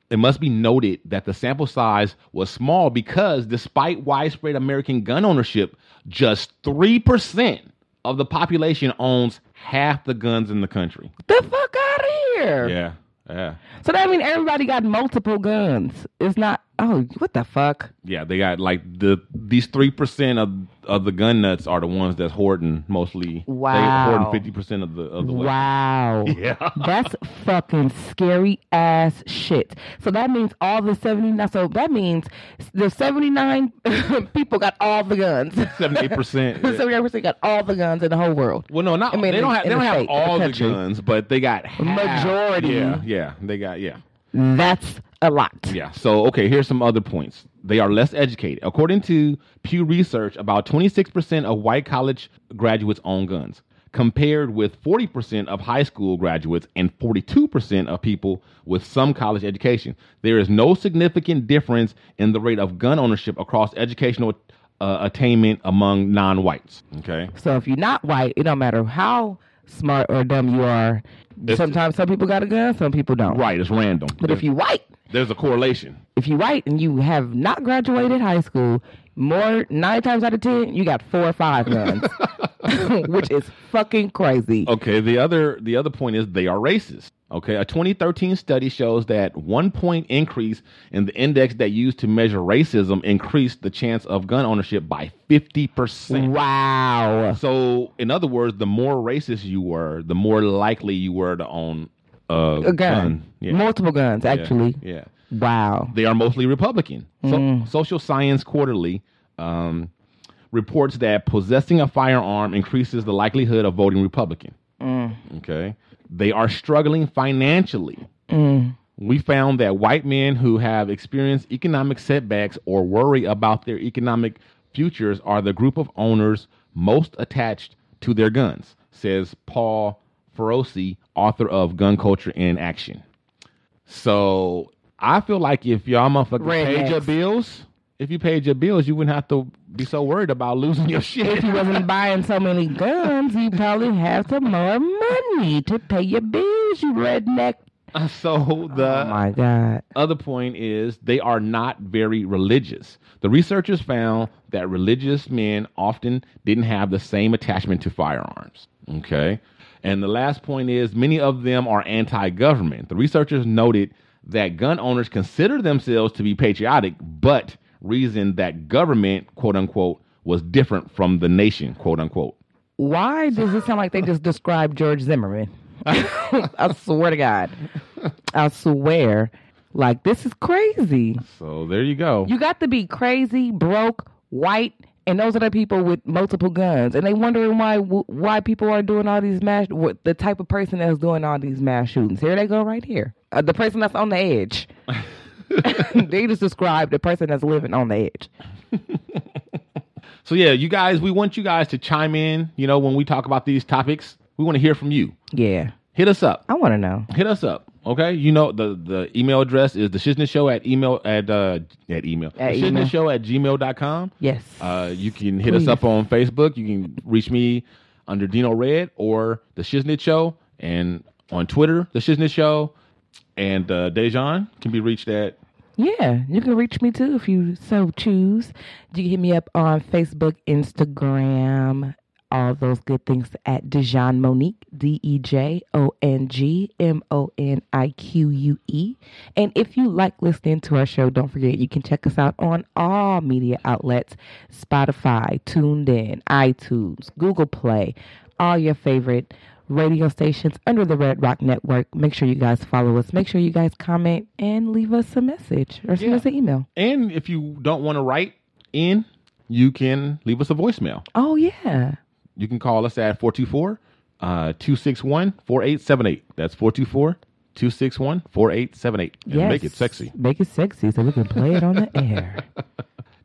It must be noted that the sample size was small because, despite widespread American gun ownership, just three percent of the population owns half the guns in the country. The fuck out of here. Yeah, yeah, So that means everybody got multiple guns. It's not. Oh, what the fuck? yeah. They got like the these three percent of of the gun nuts are the ones that's hoarding mostly. they Wow. hoarding fifty percent of the of the weapons. Wow. Yeah. That's fucking scary ass shit. So that means all the 79. So that means the 79 people got all the guns. Seventy-eight percent. 78% got all the guns in the whole world. Well, no, not I mean, they don't in- have they in don't the have state, in the all the, country. guns, but they got half. Majority. Yeah, yeah, they got yeah, That's a lot. yeah. So okay, here's some other points. They are less educated, according to Pew Research. About 26 percent of white college graduates own guns, compared with 40 percent of high school graduates and 42 percent of people with some college education. There is no significant difference in the rate of gun ownership across educational uh, attainment among non-whites. Okay. So if you're not white, it don't matter how smart or dumb you are. Sometimes some people got a gun, some people don't. Right, it's random. But if you white, there's a correlation. if you white and you have not graduated high school, more nine times out of ten, you got four or five guns, which is fucking crazy. Okay, the other the other point is they are racist. Okay, a 2013 study shows that one point increase in the index that used to measure racism increased the chance of gun ownership by 50 percent. Wow. So, in other words, the more racist you were, the more likely you were to own a, A gun. gun. Yeah, Multiple guns, yeah, actually. yeah. Wow. they are mostly Republican. So, Mm. Social Science Quarterly um, reports that possessing a firearm increases the likelihood of voting Republican. Okay. They are struggling financially. We found that white men who have experienced economic setbacks or worry about their economic futures are the group of owners most attached to their guns, says Paul Ferosi, author of Gun Culture in Action. So I feel like if y'all motherfuckers paid Rednecks. your bills, if you paid your bills, you wouldn't have to be so worried about losing your shit. If you wasn't buying so many guns, you probably have some more money to pay your bills, you redneck. so the oh my God. other point is they are not very religious. The researchers found that religious men often didn't have the same attachment to firearms. Okay. And the last point is many of them are anti government. The researchers noted that gun owners consider themselves to be patriotic, but reasoned that government, quote unquote, was different from the nation, quote unquote. Why does it sound like they just described George Zimmerman? I swear to God. I swear. Like, this is crazy. So there you go. You got to be crazy, broke, white, and those are the people with multiple guns. And they wondering why why people are doing all these mass what the type of person that's doing all these mass shootings. Here they go right here. Uh, the person that's on the edge. they just describe the person that's living on the edge. So yeah, you guys, we want you guys to chime in. You know, when we talk about these topics, we want to hear from you. Yeah. Hit us up. I want to know. hit us up. Okay, you know the the email address is the shiznit show at email at uh at email At the email. show at gmail.com. Yes. Uh, you can hit us Please. up on Facebook. You can reach me under Dino Red or the Shiznit Show, and on Twitter the Shiznit Show, and uh, Dejan can be reached at Yeah, you can reach me too if you so choose. You can hit me up on Facebook, Instagram, all those good things at Dijon Monique, D E J O N G M O N I Q U E. And if you like listening to our show, don't forget you can check us out on all media outlets Spotify, Tuned In, iTunes, Google Play, all your favorite radio stations under the Red Rock Network. Make sure you guys follow us. Make sure you guys comment and leave us a message or send Yeah. us an email. and if you don't want to write in, you can leave us a voicemail. Oh yeah. You can call us at 424 uh, 261 4878. That's 424 261 4878. And Yes. make it sexy. Make it sexy so we can play it on the air.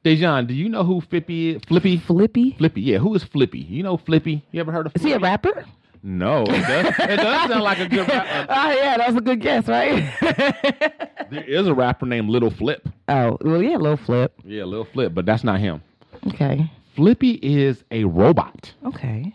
Dejan, do you know who Flippy is? Flippy? Flippy. Flippy, yeah. Who is Flippy? You know Flippy? You ever heard of Is he Flippy? a rapper? No. It does, it does sound like a good rapper. Oh yeah, that was a good guess, right? There is a rapper named Little Flip. oh well, yeah, little flip. Yeah, Little Flip, but that's not him. Okay, Flippy is a robot. okay.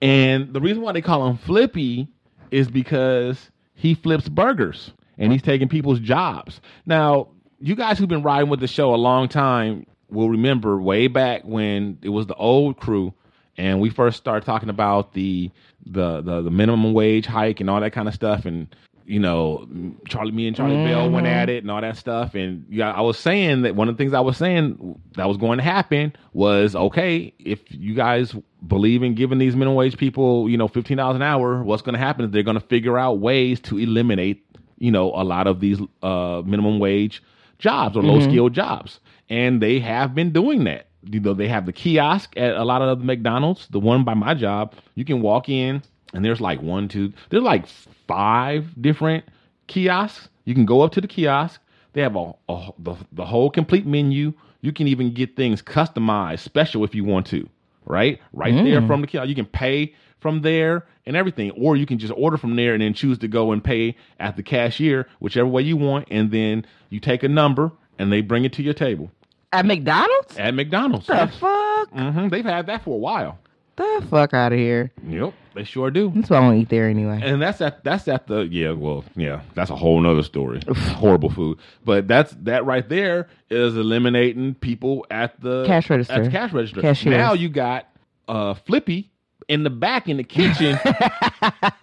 And the reason why they call him Flippy is because he flips burgers and he's taking people's jobs. Now, you guys who've been riding with the show a long time will remember way back when it was the old crew and we first started talking about the the the, the minimum wage hike and all that kind of stuff and you know Charlie me and Charlie Bell went at it and all that stuff and yeah I was saying that one of the things I was saying that was going to happen was okay if you guys believe in giving these minimum wage people you know $15 an hour what's going to happen is they're going to figure out ways to eliminate you know a lot of these uh minimum wage jobs or low skilled jobs. And they have been doing that. You know, they have the kiosk at a lot of the McDonald's, the one by my job. You can walk in and there's like one, two, there's like five different kiosks. You can go up to the kiosk. They have a, a- the, the whole complete menu. You can even get things customized, special if you want to, right? Right Mm. there from the kiosk. You can pay from there and everything, or you can just order from there and then choose to go and pay at the cashier, whichever way you want, and then you take a number and they bring it to your table At McDonald's? at McDonald's. The fuck? hmm They've had that for a while. The fuck out of here. Yep, they sure do. That's why I won't eat there anyway. And that's at that's at the yeah well yeah that's a whole nother story horrible food but that's that right there is eliminating people at the Cash register. at the cash register Cashiers. now you got uh Flippy in the back in the kitchen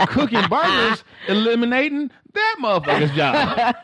cooking burgers eliminating that motherfucker's job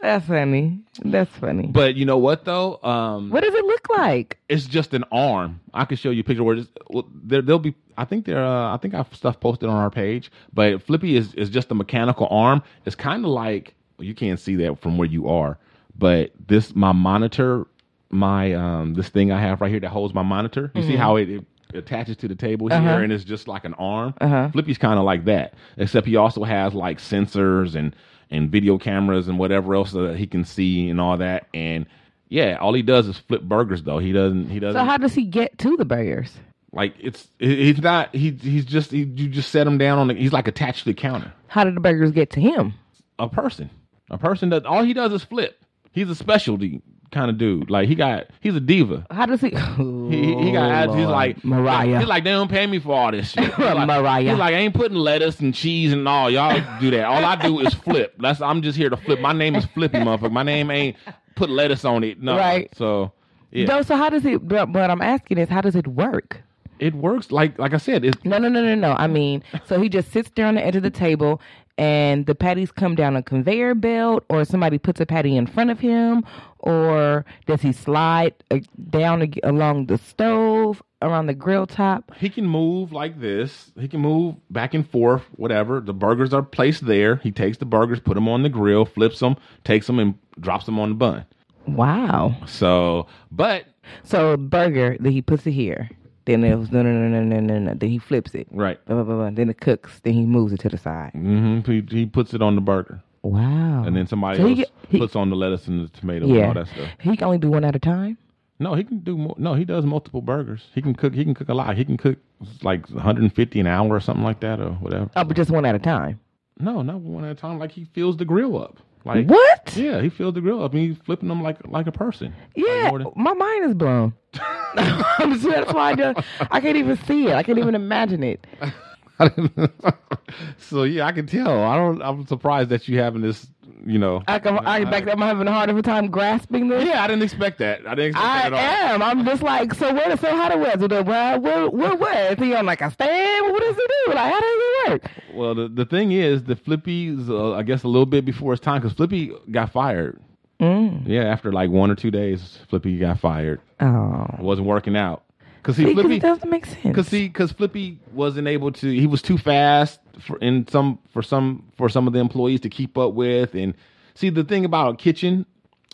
That's funny. That's funny. but you know what though um what does it look like? it's just an arm. I could show you a picture where it's, well, there, there'll be. I think there. Uh, I think I have stuff posted on our page, but Flippy is is just a mechanical arm. It's kind of like well, you can't see that from where you are, but this my monitor, my um this thing I have right here that holds my monitor. You see how it. it attaches to the table here and it's just like an arm flippy's kind of like that except he also has like sensors and and video cameras and whatever else that he can see and all that and yeah all he does is flip burgers though he doesn't he doesn't So how does he get to the burgers? like it's he- he's not he he's just he, you just set him down on the, he's like attached to the counter. How did the burgers get to him? A person, a person that all he does is flip. He's a specialty kind of dude. Like he got he's a diva. How does he? Oh, He, he got attitude. he's Lord. like Mariah. He's like they don't pay me for all this shit. He's like, Mariah. He's like I ain't putting lettuce and cheese and all y'all do that. All I do is flip. That's I'm just here to flip. My name is Flippy, motherfucker. My name ain't put lettuce on it. No. Right. So yeah, No, so how does it? But what I'm asking is, how does it work? it works. Like like I said, it's No, no, no, no, no. I mean, so he just sits there on the edge of the table, and the patties come down a conveyor belt, or somebody puts a patty in front of him, or does he slide uh, down ag- along the stove, around the grill top? he can move like this. He can move back and forth, whatever. The burgers are placed there. He takes the burgers, put them on the grill, flips them, takes them, and drops them on the bun. Wow. So, but So burger, then he puts it here. Then it was no, no, no, no, no, no, no. Then he flips it. right, Blah, blah, blah, blah. Then it cooks. Then he moves it to the side. hmm he, he puts it on the burger. Wow. Mm-hmm. and then somebody So else he get- he- puts on the lettuce and the tomato and yeah. all that stuff. He can only do one at a time. No, he can do more. No, he does multiple burgers. He can cook. He can cook a lot. He can cook like 150 an hour or something like that or whatever. Oh, but just one at a time. No, not one at a time. Like he fills the grill up. Like What? Yeah, he filled the grill up. I mean, he's flipping them like like a person. Yeah, more than- my mind is blown. I'm so- that's why I, don't, I can't even see it. I can't even imagine it. so yeah, I can tell. I don't. I'm surprised that you having this. You know. I can, I can back that I'm having a hard of a time grasping this. yeah, I didn't expect that. I didn't expect I that at all. am. I'm just like, so what? So how do we do that? Well, where, where, where? So I'm like, I stand. What does it do? Like, how does it work? Well, the, the thing is, the Flippy's, uh, I guess, a little bit before his time because Flippy got fired. Yeah, after like one or two days, Flippy got fired. Mm. Oh, wasn't working out because he See, 'cause Flippy it doesn't make sense. because he because Flippy wasn't able to. He was too fast for in some for some for some of the employees to keep up with. And see the thing about a kitchen,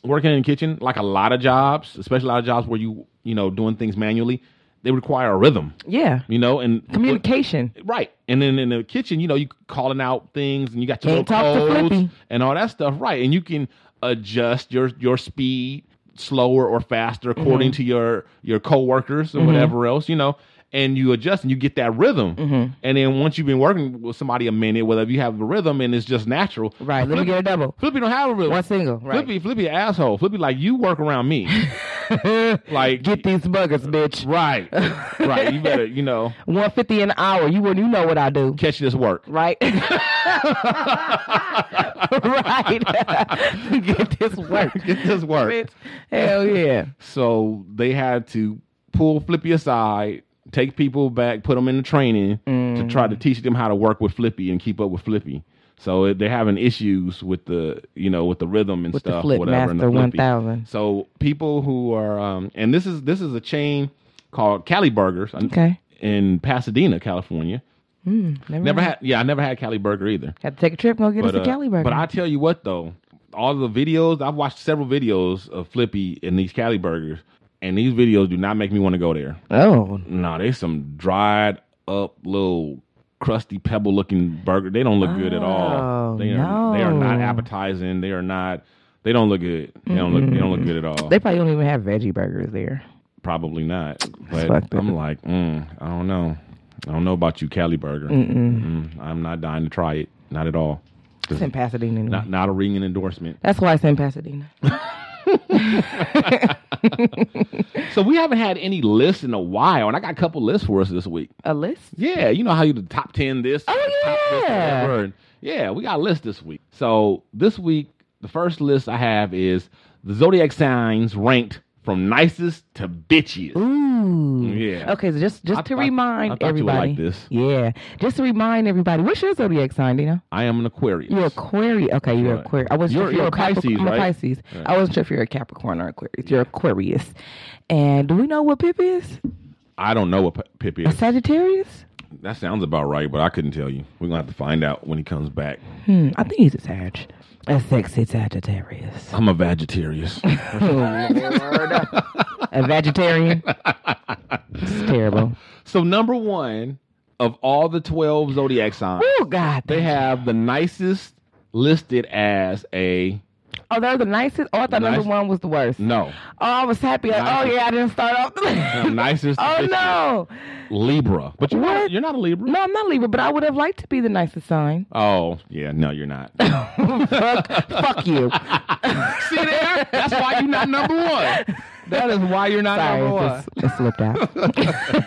working in a kitchen, like a lot of jobs, especially a lot of jobs where you you know doing things manually, they require a rhythm. yeah, You know, and communication. Right. And then in the kitchen, you know, you calling out things and you got your Can't little talk to codes Flippy. and all that stuff. Right. And you can adjust your your speed slower or faster according Mm-hmm. to your your coworkers or whatever else, you know. And you adjust and you get that rhythm. Mm-hmm. And then once you've been working with somebody a minute, whether you have a rhythm and it's just natural. Right. Let me get a double. Flippy don't have a rhythm. One single. Right. Flippy, Flippy an asshole. Flippy like you work around me. like Get these buggers, bitch. right. right. You better, you know, One fifty an hour. You wouldn't. You know what I do. catch this work. right? right. Get this work. Get this work. Bitch. Hell yeah. So they had to pull Flippy aside, take people back, put them in the training to try Mm. to teach them how to work with Flippy and keep up with Flippy. So it- they're having issues with the you know with the rhythm and With the stuff, Flip whatever. and the Master Flippy. 1000. So people who are um, and this is this is a chain called Cali Burgers. Okay. In Pasadena, California. Never, Never mind. had yeah, I never had Cali Burger either. Had to take a trip and go get But, us a uh, Cali burger. but I tell you what though, all the videos I've watched several videos of Flippy and these Cali burgers, and these videos do not make me want to go there. oh. No, they some dried up little crusty pebble looking burger. They don't look good at all. Oh, They are, they are not no. appetizing. They are not. They don't look good. They don't look. They don't look good at all. They probably don't even have veggie burgers there. Probably not. fucked But up. I'm like, mm, I don't know. I don't know about you, Cali burger. Mm-mm. I'm not dying to try it. Not at all. It's in Pasadena. Anyway. Not not a ringing endorsement. That's why it's in Pasadena. So we haven't had any lists in a while, and I got a couple lists for us this week. A list? Yeah, you know how you the top ten this, Oh, top this, yeah. whatever. And yeah, we got a list this week. So this week, the first list I have is the zodiac signs ranked from nicest to bitchiest. Mm. Ooh. Yeah. Okay, so just just I to thought- remind I thought you would everybody. like this. Yeah. Just to remind everybody, what's your zodiac sign, Dina? I am an Aquarius. You're Aquarius. Okay, you're Right. Aquarius. I wasn't You're- sure if you're you're a Capric- Pisces, I'm a right? Pisces. I wasn't sure if you're a Capricorn or Aquarius. You're Aquarius. And do we know what Pip is? I don't know what P- Pip A is. Sagittarius? That sounds about right, but I couldn't tell you. We're gonna have to find out when he comes back. Hmm, I think he's a Sag. A sexy Sagittarius. I'm a Vegetarius. A vegetarian. it's terrible. so number one of all the twelve zodiac signs. Oh God. They have the nicest listed as a Oh, they're the nicest. Oh, I thought Nice. number one was the worst. no. Oh, I was happy. I- Nicest. Oh yeah, I didn't start off. The nicest. oh is no. Libra. But you're not, What? you're not a Libra. No, I'm not Libra, but I would have liked to be the nicest sign. Oh yeah, no, you're not. Fuck, fuck you. See there? That's why you're not number one. That is why you're not Sorry, number it one. just- it slipped out.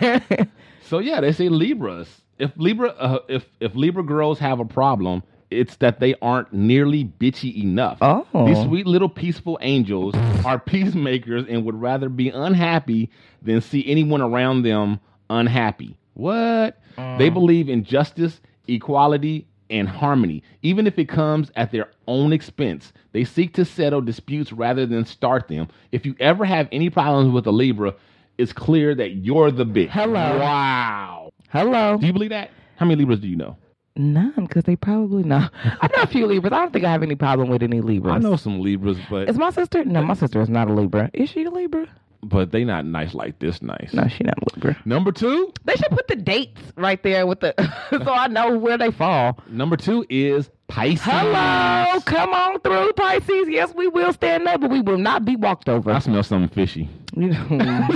So yeah, they say Libras. If Libra, uh, if if Libra girls have a problem, it's that they aren't nearly bitchy enough. Oh. These sweet little peaceful angels are peacemakers and would rather be unhappy than see anyone around them unhappy. What? Oh. They believe in justice, equality, and harmony, even if it comes at their own expense. They seek to settle disputes rather than start them. If you ever have any problems with a Libra, it's clear that you're the bitch. Hello. Wow. Hello. Do you believe that? How many Libras do you know? None, because they probably know. I know a few Libras. I don't think I have any problem with any Libras. I know some Libras, but Is my sister? No, my sister is not a Libra. Is she a Libra? but they not nice like this nice. No, she not Libra. Number two, They should put the dates right there with the so I know where they fall. number two is Pisces. Hello, come on through, Pisces. Yes, we will stand up, but we will not be walked I over. smell something fishy. You know.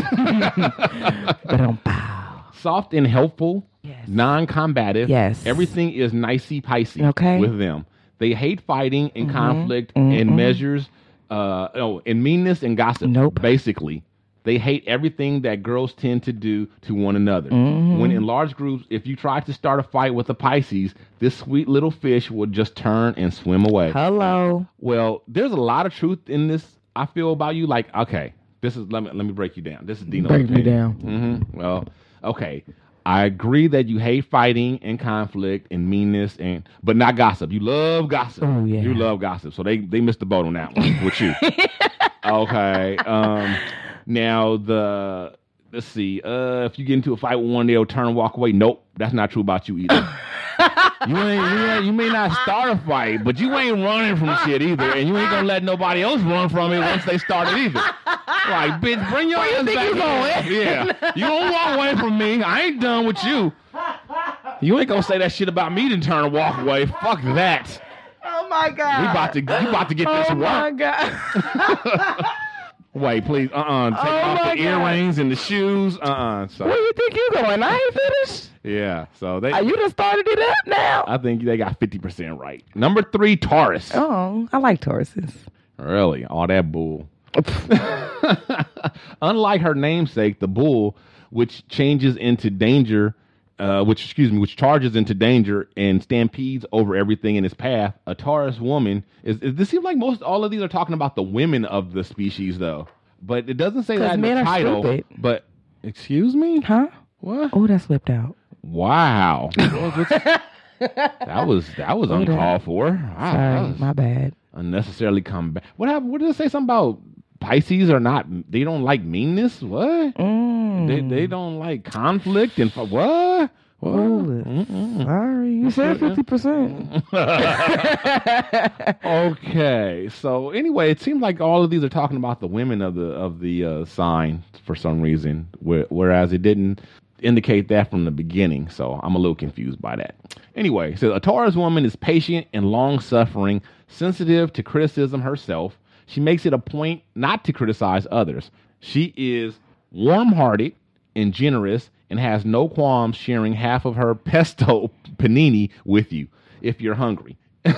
but don't bow. Soft and helpful, Yes. non-combative. Yes. everything is nicey picey Okay. Mm-hmm. with them. They hate fighting and conflict and measures, uh, oh, and meanness and gossip. Nope. Basically, they hate everything that girls tend to do to one another. Mm-hmm. When in large groups, if you try to start a fight with a Pisces, this sweet little fish will just turn and swim away. Hello. Well, there's a lot of truth in this. I feel about you. Like, okay, this is let me let me break you down. This is Dino. Break me down. hmm Well, okay, I agree that you hate fighting and conflict and meanness and but not gossip. You love gossip. Oh, yeah. You love gossip. So they they missed the boat on that one with you. okay. Um. Now the let's see. Uh, if you get into a fight with one, they'll turn and walk away. Nope, that's not true about you either. You ain't, you ain't- you may not start a fight, but you ain't running from shit either, and you ain't gonna let nobody else run from it once they start it either. Like, bitch, bring your ass back. Yeah, you don't walk away from me. I ain't done with you. You ain't gonna say that shit about me. Then turn and walk away. Fuck that. Oh my god. We about to, you about to get this Oh my work. god. Wait, please, uh, uh take off Oh my the God. earrings and the shoes. Uh, uh Where So you think you going? I ain't finished. yeah, so they, Uh, You done started it up now. I think they got fifty percent right. Number three, Taurus. oh, I like Tauruses. Really? All that bull. Unlike her namesake, the bull, which changes into danger, uh, which, excuse me, which charges into danger and stampedes over everything in its path, a Taurus woman is. is this seems like most all of these are talking about the women of the species, though. But it doesn't say 'Cause that in men the are title. stupid. But, excuse me? Huh? What? Oh, that slipped out. Wow. that was that was uncalled for. Wow, that Sorry, was- my bad. unnecessarily come back. What happened? What did it say? Something about Pisces are not. They don't like meanness. What? Mm. They they don't like conflict and fu- what? What? Ooh, Sorry, you said fifty percent. Okay. So anyway, it seems like all of these are talking about the women of the of the uh, sign for some reason, where, whereas it didn't indicate that from the beginning. So I'm a little confused by that. Anyway, so a Taurus woman is patient and long suffering, sensitive to criticism herself. She makes it a point not to criticize others. She is warm hearted and generous and has no qualms sharing half of her pesto panini with you if you're hungry.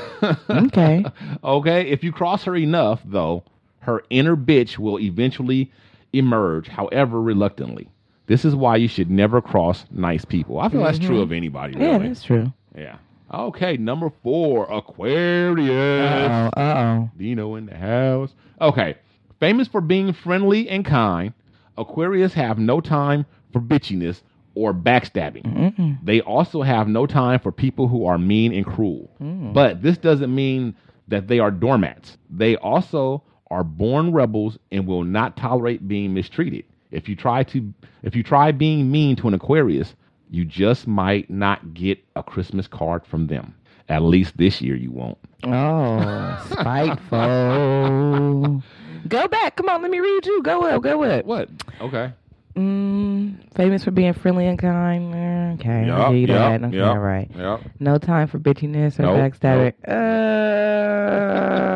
Okay. Okay, if you cross her enough, though, her inner bitch will eventually emerge, however reluctantly. This is why you should never cross nice people. I feel that's true of anybody, Yeah, really. that's true. Yeah. Okay, number four, Aquarius. Oh, uh oh. Dino in the house. Okay. Famous for being friendly and kind, Aquarius have no time for bitchiness or backstabbing. They also have no time for people who are mean and cruel. But this doesn't mean that they are doormats. They also are born rebels and will not tolerate being mistreated. If you try to if you try being mean to an Aquarius, you just might not get a Christmas card from them. At least this year you won't. Oh, spiteful. Go back. Come on, let me read you. Go up. Go up. What? Okay. Mm, famous for being friendly and kind. Mm, Okay, I'll give you that. Okay, all right. Yep. No time for bitchiness or Nope, backstabbing.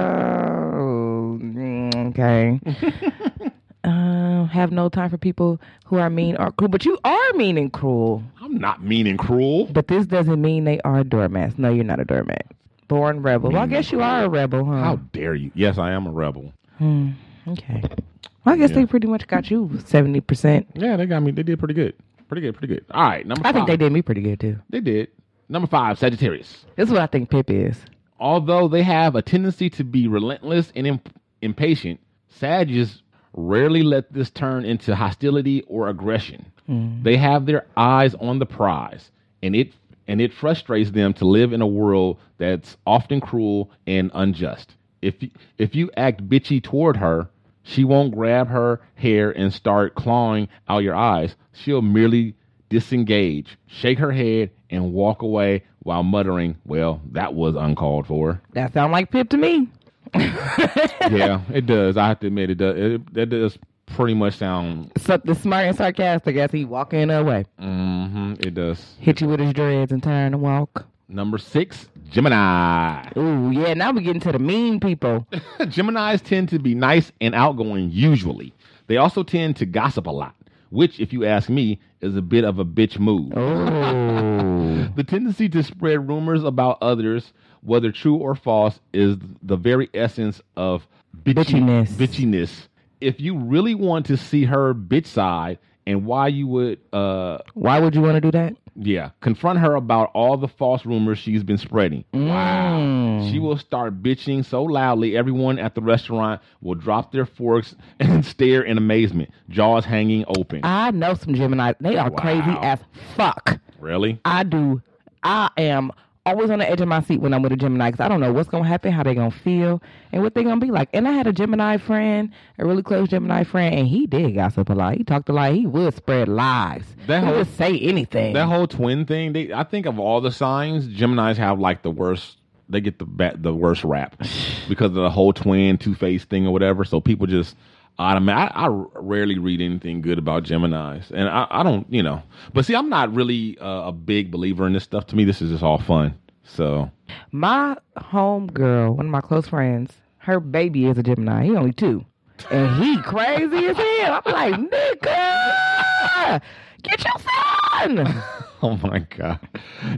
Oh, mm, okay. um, have no time for people who are mean or cruel. But you are mean and cruel. I'm not mean and cruel. But this doesn't mean they are doormats. No, you're not a doormat. Born rebel. Well, I guess you are a rebel, huh? How dare you? Yes, I am a rebel. Okay. Well, I guess they pretty much got you seventy percent. Yeah, they got me. They did pretty good. Pretty good. Pretty good. All right. Number I think they five. did me pretty good too. They did. Number five, Sagittarius. This is what I think Pip is. Although they have a tendency to be relentless and imp- impatient, Sagittarius rarely let this turn into hostility or aggression. They have their eyes on the prize, and it and it frustrates them to live in a world that's often cruel and unjust. If you, if you act bitchy toward her, she won't grab her hair and start clawing out your eyes. She'll merely disengage, shake her head, and walk away while muttering, "Well, that was uncalled for." That sound like Pip to me. yeah, it does. I have to admit, it does. It, that does pretty much sound. Something smart and sarcastic as he walking away. hmm it does. Hit you with his dreads and turn and walk. Number six, Gemini. Ooh, yeah, now we're getting to the mean people. Geminis tend to be nice and outgoing usually. They also tend to gossip a lot, which, if you ask me, is a bit of a bitch move. Oh. The tendency to spread rumors about others, whether true or false, is the very essence of bitchy- Bitchiness. Bitchiness. If you really want to see her bitch side and why you would, uh, Why would you want to do that? yeah, confront her about all the false rumors she's been spreading. Mm. Wow. She will start bitching so loudly, everyone at the restaurant will drop their forks and stare in amazement, jaws hanging open. I know some Gemini. They are crazy Wow. as fuck. really? I do. I am always on the edge of my seat when I'm with a Gemini because I don't know what's gonna happen, how they gonna feel, and what they gonna be like. And I had a Gemini friend, a really close Gemini friend, and he did gossip a lot. He talked a lot. He would spread lies. That he whole- would say anything. That whole twin thing, they, I think of all the signs, Geminis have like the worst. They get the ba- the worst rap because of the whole twin two face thing or whatever. So people just automatic. I, I rarely read anything good about Geminis, and I, I don't, you know. But see, I'm not really uh, a big believer in this stuff. To me, this is just all fun. So my homegirl, one of my close friends, her baby is a Gemini. He only two. And he crazy as hell. I'm like, nigga, get your son. Oh my god!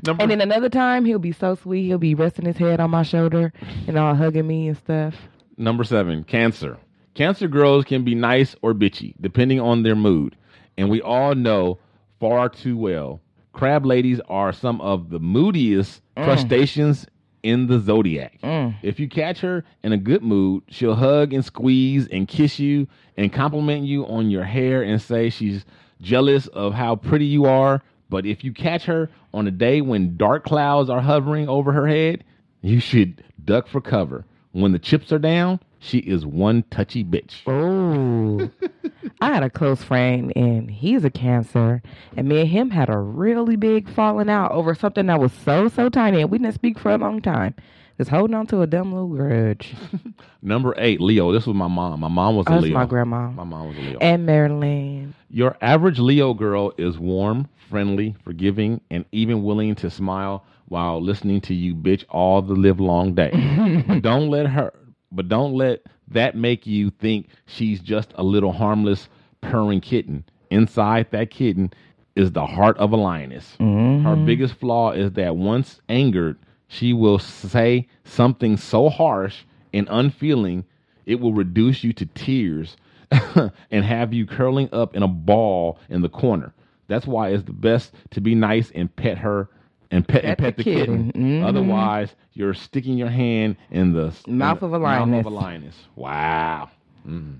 Number And then another time, he'll be so sweet. He'll be resting his head on my shoulder and all hugging me and stuff. number seven, Cancer. Cancer girls can be nice or bitchy depending on their mood, and we all know far too well. Crab ladies are some of the moodiest crustaceans in the zodiac. If you catch her in a good mood, she'll hug and squeeze and kiss you and compliment you on your hair and say she's jealous of how pretty you are. But if you catch her on a day when dark clouds are hovering over her head, you should duck for cover. When the chips are down, she is one touchy bitch. Oh. I had a close friend and he's a cancer. And me and him had a really big falling out over something that was so, so tiny. And we didn't speak for a long time. Just holding on to a dumb little grudge. Number eight, Leo. This was my mom. My mom was a That's Leo. my grandma. My mom was a Leo. And Marilyn. Your average Leo girl is warm, friendly, forgiving, and even willing to smile while listening to you bitch all the live long day. but don't let her but don't let that make you think she's just a little harmless purring kitten. Inside that kitten is the heart of a lioness. Her biggest flaw is that once angered, she will say something so harsh and unfeeling it will reduce you to tears and have you curling up in a ball in the corner. That's why it's the best to be nice and pet her and pet, and pet the kitten. Mm-hmm. Otherwise, you're sticking your hand in the in Mouth the of a Mouth lioness. of a lioness. Wow. Mm.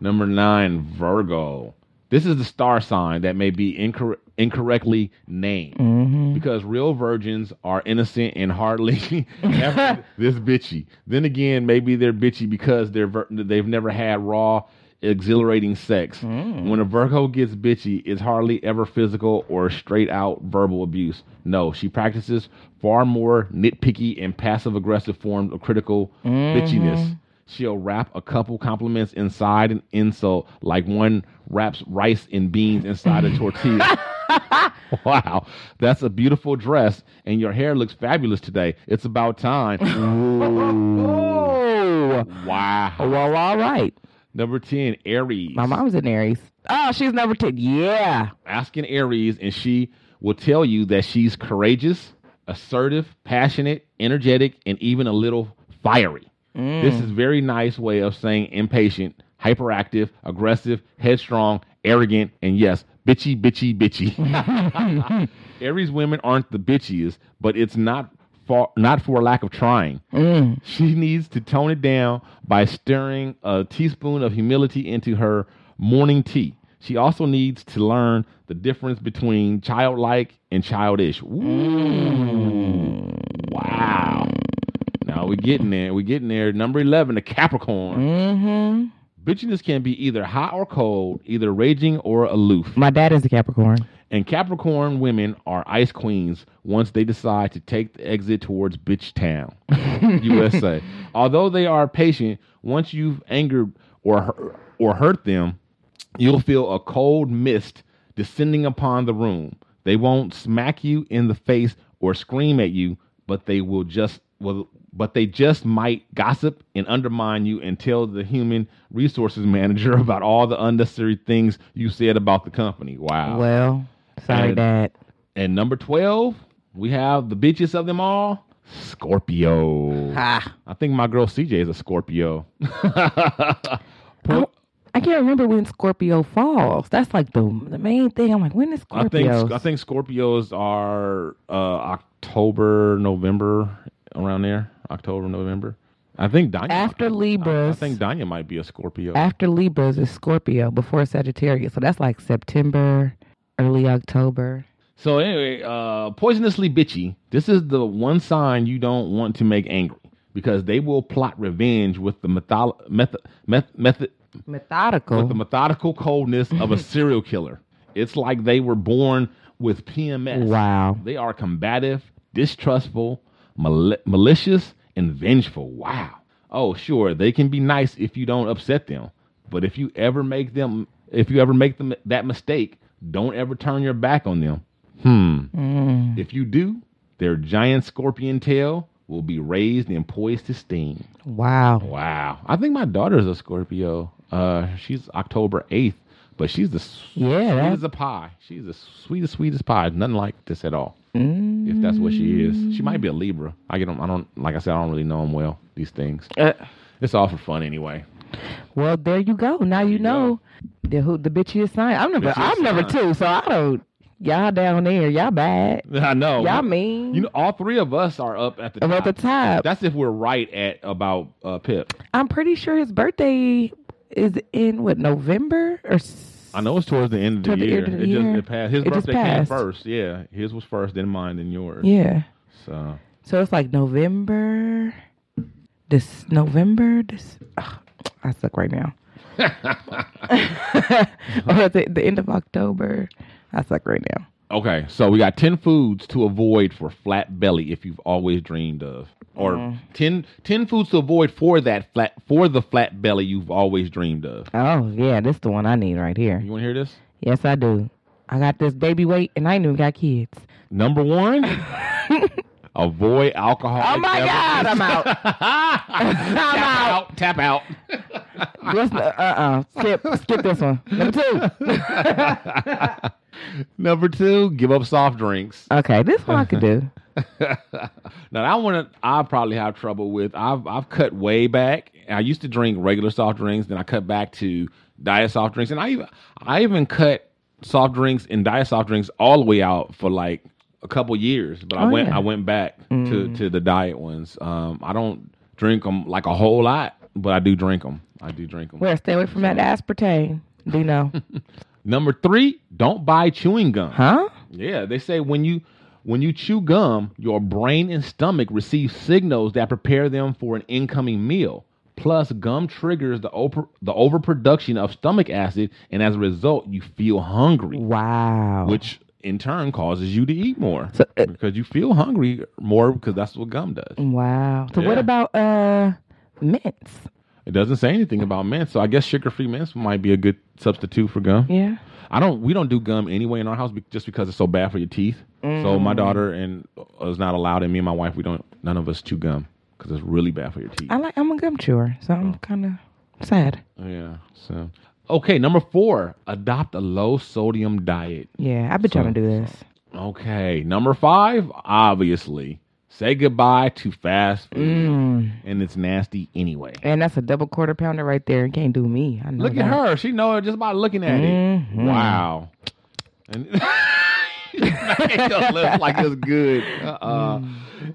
Number nine, Virgo. This is the star sign that may be incor- incorrectly named because real virgins are innocent and hardly ever this bitchy. Then again, maybe they're bitchy because they're vir- they've never had raw, exhilarating sex. When a Virgo gets bitchy, it's hardly ever physical or straight out verbal abuse. No, she practices far more nitpicky and passive aggressive forms of critical bitchiness. She'll wrap a couple compliments inside an insult, like one wraps rice and beans inside a tortilla. wow, that's a beautiful dress, and your hair looks fabulous today. It's about time. Oh. wow. Well, all right. Number 10, Aries. My mom's an Aries. Oh, she's number 10. Yeah. Ask an Aries, and she will tell you that she's courageous, assertive, passionate, energetic, and even a little fiery. This is very nice way of saying impatient, hyperactive, aggressive, headstrong, arrogant, and yes, bitchy, bitchy, bitchy. Aries women aren't the bitchiest, but it's not for not for lack of trying. She needs to tone it down by stirring a teaspoon of humility into her morning tea. She also needs to learn the difference between childlike and childish. Ooh. Wow. Now we're getting there. We're getting there. Number 11, the Capricorn. Mm-hmm. Bitchiness can be either hot or cold, either raging or aloof. My dad is a Capricorn. And Capricorn women are ice queens once they decide to take the exit towards Bitch Town, USA. Although they are patient, once you've angered or hu- or hurt them, You'll feel a cold mist descending upon the room. They won't smack you in the face or scream at you, but they will just will but they just might gossip and undermine you and tell the human resources manager about all the unnecessary things you said about the company. Oh. Wow. Well, sorry, And- Dad. And number 12, we have the bitches of them all, Scorpio. Ha. I think my girl CJ is a Scorpio. I, don't- I can't remember when Scorpio falls. That's like the the main thing. I'm like, when is I think Scorpio? I think Scorpios are uh, October, November around there. October, November. I think Danya After I, I Libras, think Danya might be a Scorpio. after Libras is Scorpio before Sagittarius. So that's like September, early October. So anyway, uh, poisonously bitchy. This is the one sign you don't want to make angry because they will plot revenge with the method method method. method Methodical. with the methodical coldness of a serial killer. It's like they were born with PMS. Wow. They are combative, distrustful, mal- malicious, and vengeful. Wow. Oh, sure, they can be nice if you don't upset them. But if you ever make them if you ever make them that mistake, don't ever turn your back on them. Hmm. If you do, their giant scorpion tail will be raised and poised to sting. wow. Wow. I think my daughter's a Scorpio. Uh, she's October 8th, but she's the Yeah, that- sweetest of pie. She's the sweetest, sweetest pie. Nothing like this at all. If that's what she is, she might be a Libra. I get them. I don't like I said. I don't really know them well. These things. Uh, it's all for fun anyway. Well, there you go. Now you know the who the bitchiest sign. I'm number Bitchiest I'm number sign. two, so I don't. Y'all down there, y'all bad. I know. Y'all mean. You know, all three of us are up at the I'm top. at the top. That's if we're right at about uh, Pip. I'm pretty sure his birthday is in what November or. s- I know it's towards the end of the Toward the year. end of the it just year. it passed. His It just birthday passed. came first. Yeah, his was first, then mine, then yours. Yeah. So. So it's like November, this November, this. ugh, I suck right now. or at the, the end of October, I suck right now. Okay, so we got 10 foods to avoid for flat belly if you've always dreamed of or Mm-hmm. 10 10 foods to avoid for that flat for the flat belly you've always dreamed of. Oh yeah, this the one I need right here. You want to hear this? Yes, I do. I got this baby weight, and I ain't even got kids. Number 1, avoid alcohol. Oh my God, I'm out. tap out. Tap out. This- uh uh Skip, skip this one. Number two. Number 2, give up soft drinks. Okay, this one I could do. Now that one I probably have trouble with. I've I've cut way back. I used to drink regular soft drinks, then I cut back to diet soft drinks, and I even I even cut soft drinks and diet soft drinks all the way out for like a couple years. But I Oh, went yeah. Mm. I went back to to the diet ones. Um, I don't drink them like a whole lot, but I do drink them. I do drink them. Where? Stay away from that aspartame. Do you know? Number three, don't buy chewing gum. Huh? Yeah, they say when you when you chew gum, your brain and stomach receive signals that prepare them for an incoming meal. Plus, gum triggers the over, the overproduction of stomach acid, and as a result, you feel hungry, Wow. which in turn causes you to eat more So, uh, because you feel hungry more because that's what gum does. Wow. So what Yeah. about uh mints? It doesn't say anything about mints, so I guess sugar-free mints might be a good substitute for gum. Yeah. I don't. We don't do gum anyway in our house be, just because it's so bad for your teeth. So my daughter and uh, is not allowed, and me and my wife, we don't. None of us chew gum because it's really bad for your teeth. I like I'm a gum chewer, so I'm kinda sad. yeah. So okay, number four, adopt a low sodium diet. Yeah, I've been trying to do this. Okay, number five, obviously, say goodbye to fast food, and it's nasty anyway. And that's a double quarter pounder right there. It can't do me. I know Look at that. her; she know it just by looking at it. Wow. And Makeup looks like it's good. Uh-uh.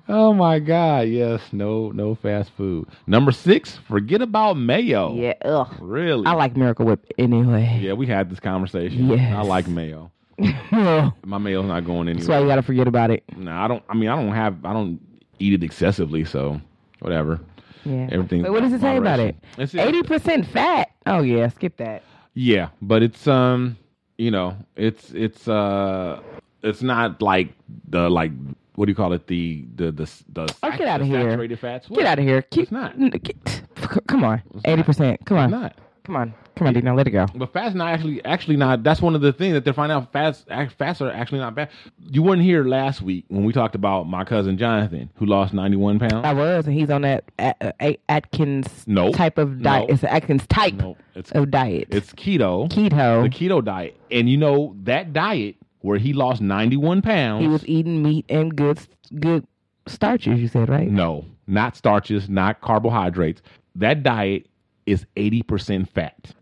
Oh my God! Yes, no, no fast food. Number six, forget about mayo. Yeah, ugh. really. I like Miracle Whip anyway. Yeah, we had this conversation. Yes. I like mayo. that's My mayo's not going why anywhere. you gotta forget about it. No, I don't. I mean, I don't have. I don't eat it excessively, so whatever. Yeah. Everything. But what does it say about it? moderation. It's- Eighty percent fat. Oh yeah, skip that. Yeah, but it's um, you know, it's it's uh, it's not like the like what do you call it? The the the the, Oh, sac- get outta the here. saturated fats. Get out of here. Keep, not. n- get- come on. Eighty percent. Come on. Not. Come on, come on, Dino, let it go. But Fast not actually actually not. That's one of the things that they're finding out. Fast act- Fast are actually not bad. You weren't here last week when we talked about my cousin Jonathan who lost ninety one pounds. I was, and he's on that A- uh, A- Atkins Nope. type of diet. Nope. It's an Atkins type Nope. It's- of diet. It's keto, keto. the keto diet, and you know that diet where he lost ninety one pounds. he was eating meat and good good starches. You said right? no, not starches, not carbohydrates. That diet is eighty percent fat.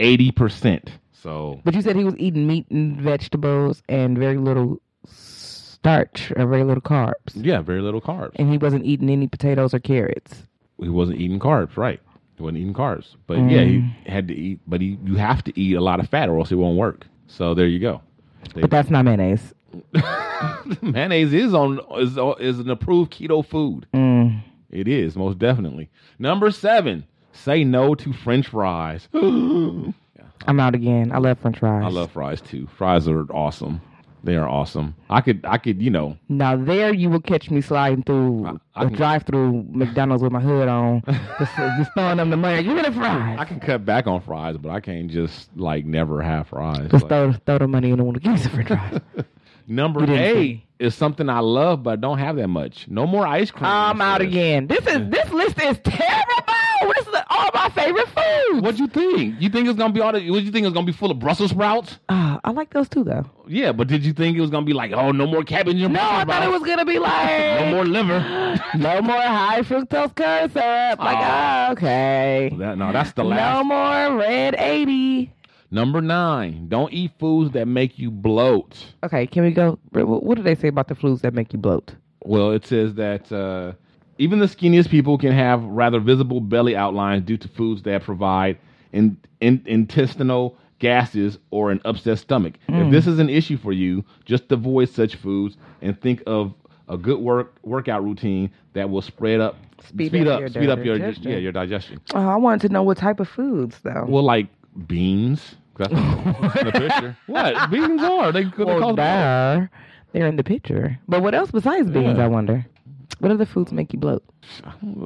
Eighty percent. So But you said he was eating meat and vegetables and very little starch or very little carbs, yeah, very little carbs. and he wasn't eating any potatoes or carrots. he wasn't eating carbs, right? He wasn't eating carbs, but yeah, he had to eat. But he, you have to eat a lot of fat, or else it won't work. So there you go. They- But that's not mayonnaise. mayonnaise is on is is an approved keto food. It is most definitely number seven. Say no to French fries. I'm out again. I love French fries. I love fries too. Fries are awesome. They are awesome. I could I could you know Now there, you will catch me sliding through I- I a can- drive-through McDonald's with my hood on, just, just throwing them the money. Give me the fries. I can cut back on fries, but I can't just like never have fries. Just Like- throw, throw the money in the window. Give me some french fries. Number didn't eight say. is something I love, but I don't have that much. No more ice cream. I'm out again. This is this list is terrible. This is all my favorite foods. What you think? You think it's gonna be all? The, what you think it's gonna be full of Brussels sprouts? Ah, I like those too though. Yeah, but did you think it was gonna be like, oh, no more cabbage and No, I Brussels thought it was sprouts? gonna be like no more liver. no more high fructose corn syrup. Like Oh. ah, okay. That- no, that's the No last. more red eighty. Number nine. Don't eat foods that make you bloat. Okay, can we go? What what do they say about the foods that make you bloat? Well, it says that uh, even the skinniest people can have rather visible belly outlines due to foods that provide in, in, intestinal gases or an upset stomach. If this is an issue for you, just avoid such foods and think of a good work workout routine that will spread up, Speed up your speed up your digestion. yeah your digestion. Oh, I wanted to know what type of foods though. Well, like beans. 'cause That's what's in the picture. What beans are they? they Well, cause- there. They're in the picture. But what else besides beans, Yeah. I wonder? What other foods make you bloat?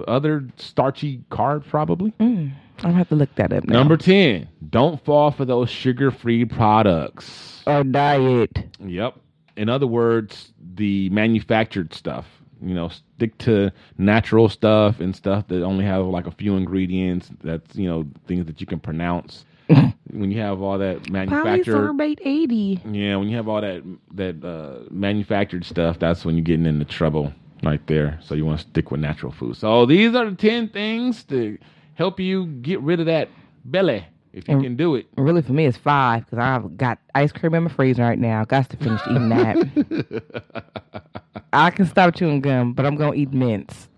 other starchy carbs probably. I'm gonna have to look that up now. Number 10, don't fall for those sugar free products. or diet. Yep. In other words, the manufactured stuff. You know, stick to natural stuff and stuff that only have like a few ingredients. That's, you know, things that you can pronounce. when you have all that manufactured. Polysorbate 80. Yeah, when you have all that that uh, manufactured stuff, that's when you're getting into trouble right there. So you want to stick with natural food. So these are the ten things to help you get rid of that belly if you can do it. Really, for me, it's five because I've got ice cream in my freezer right now. Got to finish eating that. I can stop chewing gum, but I'm going to eat mints.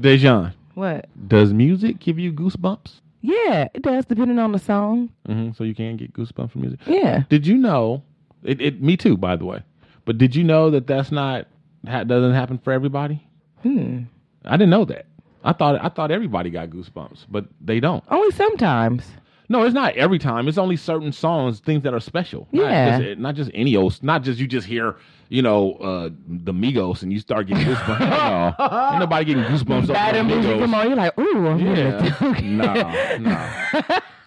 Dejan, What? does music give you goosebumps? Yeah, it does, depending on the song. hmm so you can get goosebumps from music. Yeah. Did you know? It, it me too, by the way. But did you know that that's not ha- doesn't happen for everybody? Hmm. I didn't know that. I thought I thought everybody got goosebumps, but they don't. Only sometimes. No, it's not every time. It's only certain songs, things that are special. Yeah. Not just, not just any old, not just you just hear, you know, uh, the Migos and you start getting goosebumps. no, ain't nobody getting goosebumps. Bad over the music, come Migos. on. You're like, ooh, I'm Yeah. yeah.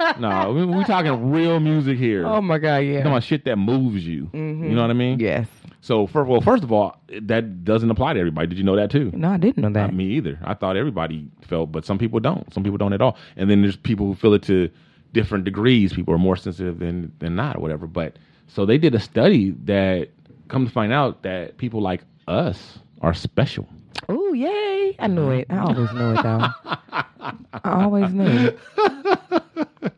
no, no, no. We, we talking real music here. Oh, my Mm-hmm. God, yeah. Come on, shit that moves you. You know what I mean? Yes. So, for, well, first of all, that doesn't apply to everybody. Did you know that too? No, I didn't know that. Not me either. I thought everybody felt, but some people don't. Some people don't at all. And then there's people who feel it to different degrees. People are more sensitive than than not, or whatever. But so they did a study that come to find out that people like us are special. Ooh, yay. I knew it. I always knew it, though. I always knew it.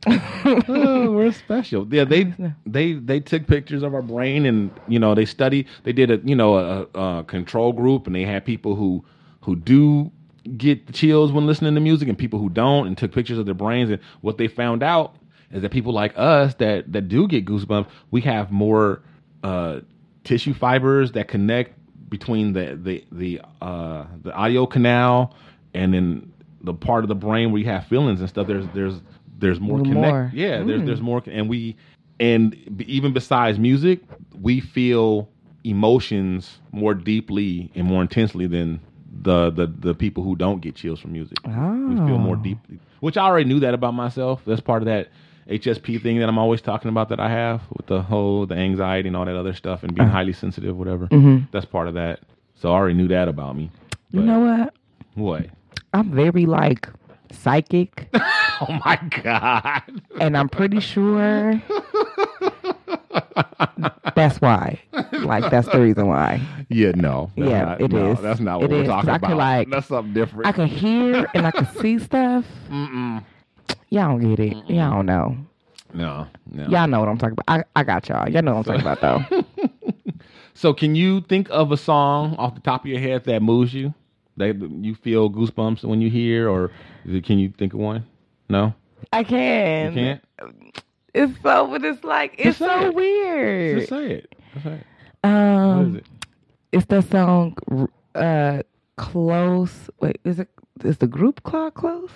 oh, we're special. Yeah, they they they took pictures of our brain, and you know they study. They did a you know a, a control group, and they had people who who do get the chills when listening to music, and people who don't, and took pictures of their brains. And what they found out is that people like us that that do get goosebumps, we have more uh, tissue fibers that connect between the the the uh, the audio canal and then the part of the brain where you have feelings and stuff. There's there's there's more Little connect. more. Yeah, there's there's more, and we and b- even besides music, we feel emotions more deeply and more intensely than the the the people who don't get chills from music. We feel more Oh. deeply, which I already knew that about myself. That's part of that HSP thing that I'm always talking about that I have with the whole the anxiety and all that other stuff and being highly sensitive, whatever. That's part of that. So I already knew that about me. You But- know what? What? I'm very like psychic, Oh my god! and I'm pretty sure that's why. Like that's the reason why. Yeah, no, that's Yeah, not, it no, is. That's not It what we're is, 'cause talking I could, about. like- that's something different. I can hear and I can see stuff. Y'all don't get it. Y'all don't know. no, no. Y'all know what I'm talking about. I, I got y'all. Y'all know what I'm talking about though. So, can you think of a song off the top of your head that moves you? That you feel goosebumps when you hear, or can you think of one? No, I can. you can't. It's so, but it's like Just it's say so it. weird. Just say it. Just say it. What um, is it? it's that song uh close wait is it is the group called close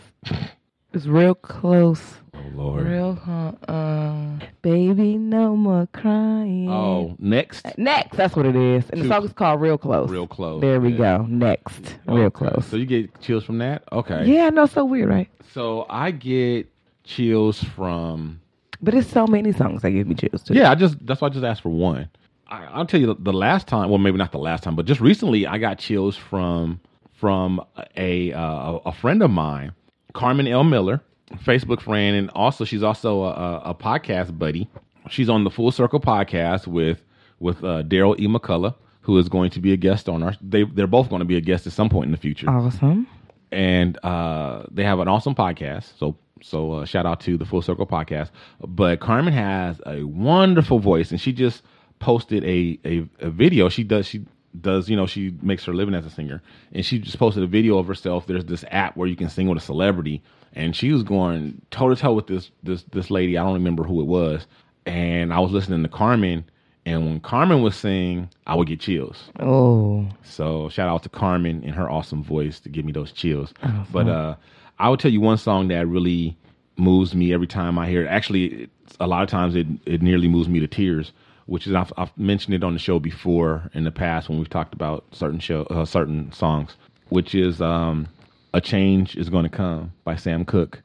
it's real close Oh Lord. real uh, uh baby no more crying Oh, Uh, next. next that's what it is and the Two- song is called real close Real close. there we Yeah. go next real Okay. close So you get chills from that? Okay. yeah i know so weird right So I get chills from but it's so many songs that give me chills too Yeah, I just that's why I just asked for one. I, I'll tell you the, the last time. Well, maybe not the last time, but just recently, I got chills from from a uh, a friend of mine, Carmen L. Miller, Facebook friend, and also she's also a, a, a podcast buddy. She's on the Full Circle podcast with with uh, Daryl E. McCullough, who is going to be a guest on our. They they're both going to be a guest at some point in the future awesome and uh, they have an awesome podcast. So so uh, shout out to the Full Circle podcast. But Carmen has a wonderful voice, and she just posted a a, a video. She does she does you know she makes her living as a singer, and she just posted a video of herself. There's this app where you can sing with a celebrity, and she was going toe to toe with this this this lady. I don't remember who it was, and I was listening to Carmen. And when Carmen was singing, I would get chills. oh So shout out to Carmen and her awesome voice to give me those chills. but uh, I will tell you one song that really moves me every time I hear it. Actually, it's, a lot of times it it nearly moves me to tears. Which is I've, I've mentioned it on the show before in the past when we've talked about certain show uh, certain songs. Which is um, a change is going to come by Sam Cooke,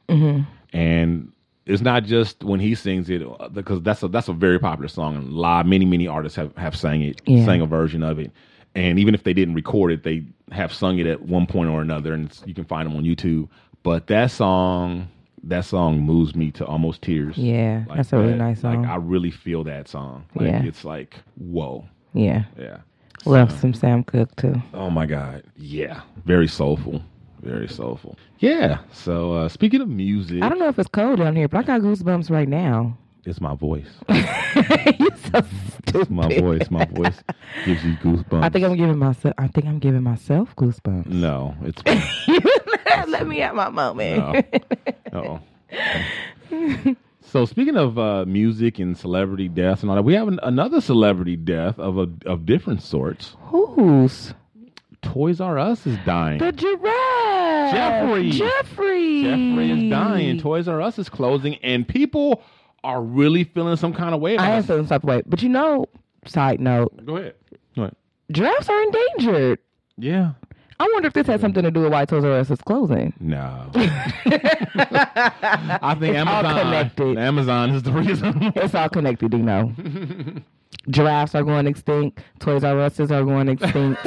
and it's not just when he sings it uh, because that's a that's a very popular song and a lot many many artists have have sang it Yeah. sang a version of it and even if they didn't record it they have sung it at one point or another and it's, you can find them on youtube but that song that song moves me to almost tears yeah Like that's a really that. nice song like i really feel that song like Yeah. it's like whoa yeah yeah love some sam cooke too Oh my God. Yeah. Very soulful. Very soulful. Yeah. So uh speaking of music, i don't know if it's cold down here but i got goosebumps right now it's my voice. You're so stupid. My voice. My voice gives you goosebumps. I think I'm giving myself. I think I'm giving myself goosebumps. No, it's Let me have my moment. no. Uh-oh. So speaking of uh, music and celebrity deaths and all that, we have an, another celebrity death of a, of different sorts. Who's Toys R Us is dying. the giraffe? Jeffrey. Jeffrey. Jeffrey is dying. Toys R Us is closing, and people are really feeling some kind of way. About I am it. feeling some way, but you know. Side note: Go ahead. Go ahead. giraffes are endangered. Yeah. I wonder if this has something to do with why Toys R Us is closing. No. I think It's all Amazon. connected. Amazon is the reason. It's all connected, you know. Giraffes are going extinct. Toys R Us's are going extinct.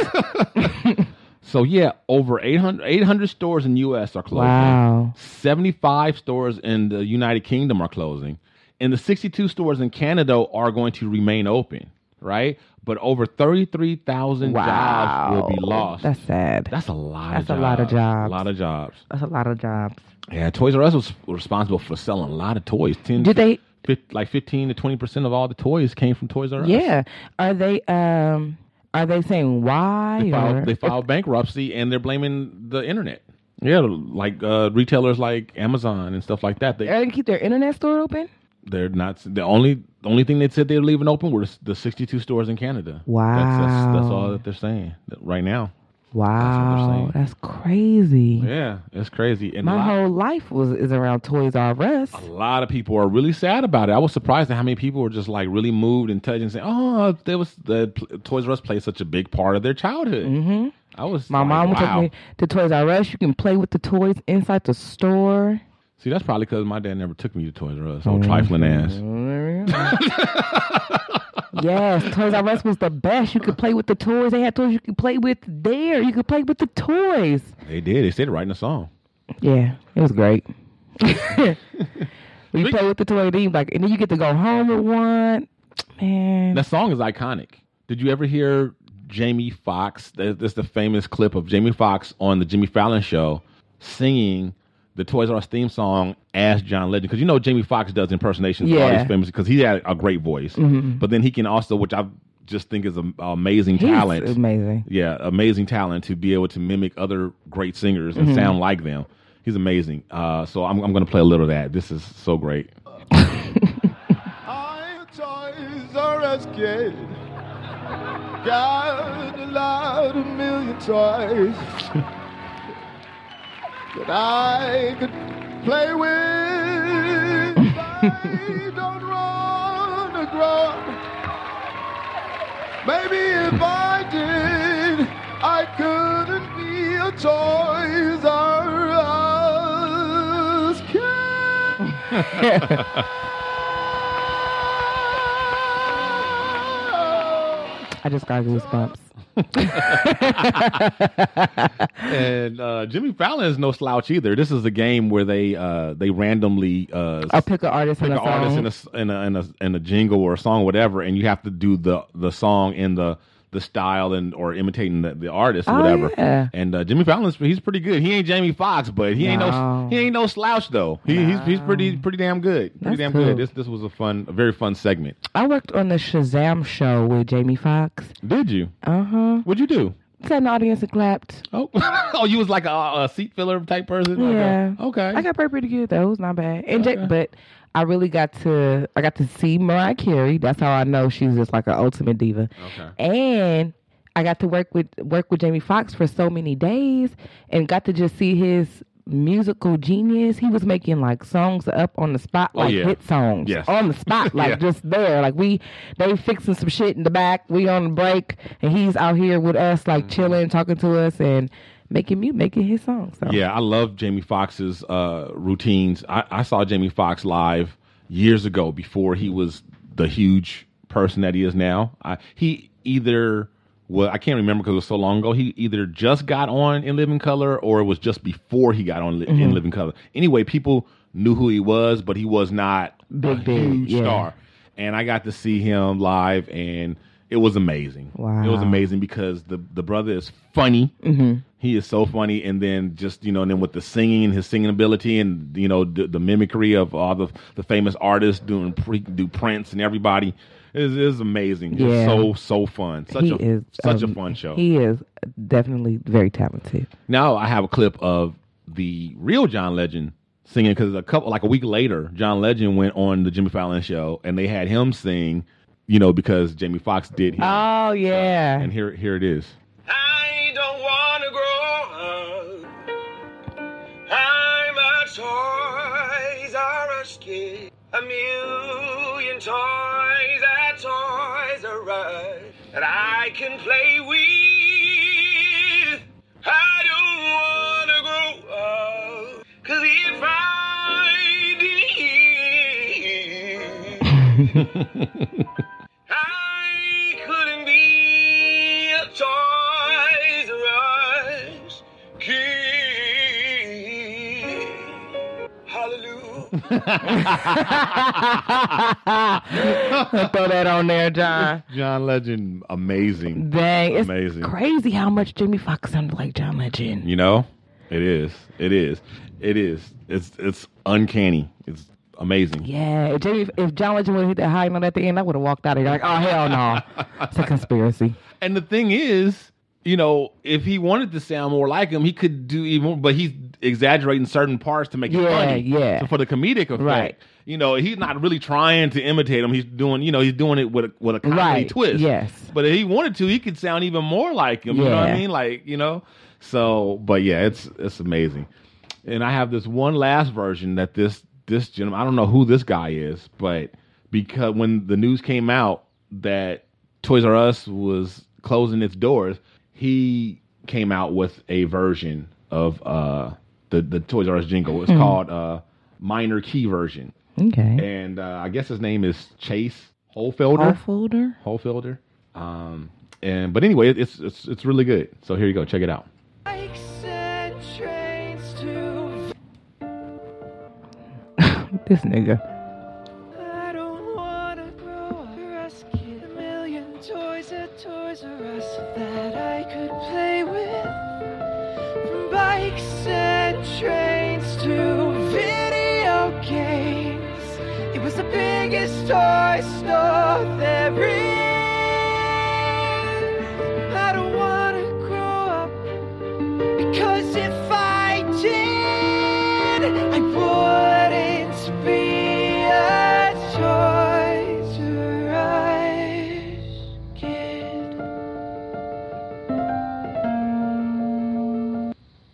so yeah, over 800, 800 stores in U.S. are closing. wow. 75 stores in the United Kingdom are closing. And the 62 stores in Canada are going to remain open, right? But over 33,000 Wow. jobs will be lost. That's sad. That's a lot of That's a lot of A jobs. lot of jobs. That's a lot of jobs. Yeah, Toys R Us was responsible for selling a lot of toys. 10 Did they? fif- like 15 to 20% of all the toys came from Toys R Us. Yeah. Are they? Um. Are they saying why? They or- filed, they filed bankruptcy and they're blaming the internet. Yeah, like uh, retailers like Amazon and stuff like that. They Are they gonna keep their internet store open? they're not the only the only thing they said they were leaving open were the 62 stores in Canada. That's, that's, that's Wow. all that they're saying right now. Wow, saying. that's crazy. Yeah, it's crazy. And a My lot- whole life was is around Toys R Us. a lot of people are really sad about it. I was surprised at how many people were just like really moved and touched and saying, "Oh, there was the pl- Toys R Us played such a big part of their childhood." Mm-hmm. I was My like, mom would wow. take me to Toys R Us. You can play with the toys inside the store. See, that's probably because my dad never took me to Toys R Us. Mm-hmm. Old trifling ass. yes, Toys R Us was the best. You could play with the toys. They had toys you could play with there. You could play with the toys. They did. They said it right in the song. Yeah, it was great. you play with the toy, then you like, and then you get to go home with one. Man, That song is iconic. Did you ever hear Jamie Foxx? There's there's the famous clip of Jamie Foxx on the Jimmy Fallon show singing the Toys R Us theme song as John Legend. Because you know Jamie Foxx does impersonations of all Yeah. Mm-hmm. these famous because he had a great voice. But then he can also, which I just think is an amazing he's talent. amazing. yeah, amazing talent to be able to mimic other great singers Mm-hmm. and sound like them. He's amazing. Uh, so I'm, I'm going to play a little of that. This is so great. I, Toys R Us kid, got a lot of million toys that I could play with. I don't want to grow up. Maybe if I did, I couldn't be a Toys R Us kid. I just got goosebumps. And uh, Jimmy Fallon is no slouch either. This is a game where they uh, they randomly uh, I'll pick an artist pick and an a song. artist in a, s- in, a, in, a, in a jingle or a song, or whatever, and you have to do the the song in the the style and or imitating the, the artist or Oh, whatever. yeah. And uh, Jimmy Fallon's he's pretty good. He ain't Jamie Foxx, but he ain't no No. he ain't no slouch though. He, He's he's pretty pretty damn good. Pretty That's damn cool. good. This this was a fun, a very fun segment. I worked on the Shazam show with Jamie Foxx. Did you? Uh huh. What'd you do? Sat in the audience and clapped. Oh, oh, you was like a, a seat filler type person. Like a- Yeah. Okay. I got paid pretty good though. It was not bad. And Jake, but I really got to I got to see Mariah Carey. That's how I know she's just like an ultimate diva. Okay. And I got to work with work with Jamie Foxx for so many days and got to just see his musical genius. He was making like songs up on the spot, like Oh, yeah. hit songs. Yes. On the spot, like just there. Like we they fixing some shit in the back. We on the break and he's out here with us, Mm-hmm. like chilling, talking to us and making mu making his songs. So. Yeah, I love Jamie Foxx's uh, routines. I, I saw Jamie Foxx live years ago before he was the huge person that he is now. I, he either well, I can't remember because it was so long ago. He either just got on in Living Color or it was just before he got on Li- Mm-hmm. in Living Color. Anyway, people knew who he was, but he was not a Big, big, huge yeah. star. And I got to see him live, and it was amazing. It was Wow. Mm-hmm. amazing amazing because the the brother is funny. He is so funny, and then just you know, and then with the singing and his singing ability, and you know, the, the mimicry of all the the famous artists doing pre, do Prince and everybody is is amazing. It's Yeah. so so fun. Such he a is such a um, fun show. He is definitely very talented. now I have a clip of the real John Legend singing because a couple like a week later, John Legend went on the Jimmy Fallon show, and they had him sing. You know, because Jamie Foxx did him. Oh yeah, and here here it is. I don't wanna grow up. I'm a Toys R Us kid. A million toys at Toys R Us that I can play with. I don't wanna grow up. Cause if I did, I couldn't be a Toys R Us kid. Hallelujah. throw that on there, John. John Legend, amazing. Dang, it's Amazing. crazy how much Jimmy Fox sounded like John Legend. You know, it is. It is. It is. It's it's uncanny. It's amazing. Yeah, if, Jimmy, if John Legend would have hit that high note at the end, I would have walked out of there like, oh hell no, it's a conspiracy. And the thing is, you know, if he wanted to sound more like him, he could do even more, but he's exaggerating certain parts to make it Yeah, funny. yeah. So for the comedic effect. Right. You know, he's not really trying to imitate him. He's doing, you know, he's doing it with a, with a comedy Right, twist. yes. But if he wanted to, he could sound even more like him. You know what I Yeah. mean? Like, you know. So, but yeah, it's it's amazing. And I have this one last version that this this gentleman, I don't know who this guy is, but because when the news came out that Toys R Us was closing its doors, he came out with a version of uh the the Toys R Us jingle. It's called uh minor key version. Okay. And uh, I guess his name is Chase Holfelder. All folder. Holfelder. Um, and but anyway, it's it's it's really good. So here you go, check it out. This nigga. I don't wanna grow up rescue a million toys at Toys R Us that I could play with. From bikes and trains to video games. It was the biggest toy store there is. I don't wanna grow up because if I did, I wouldn't be a Toys R Us kid.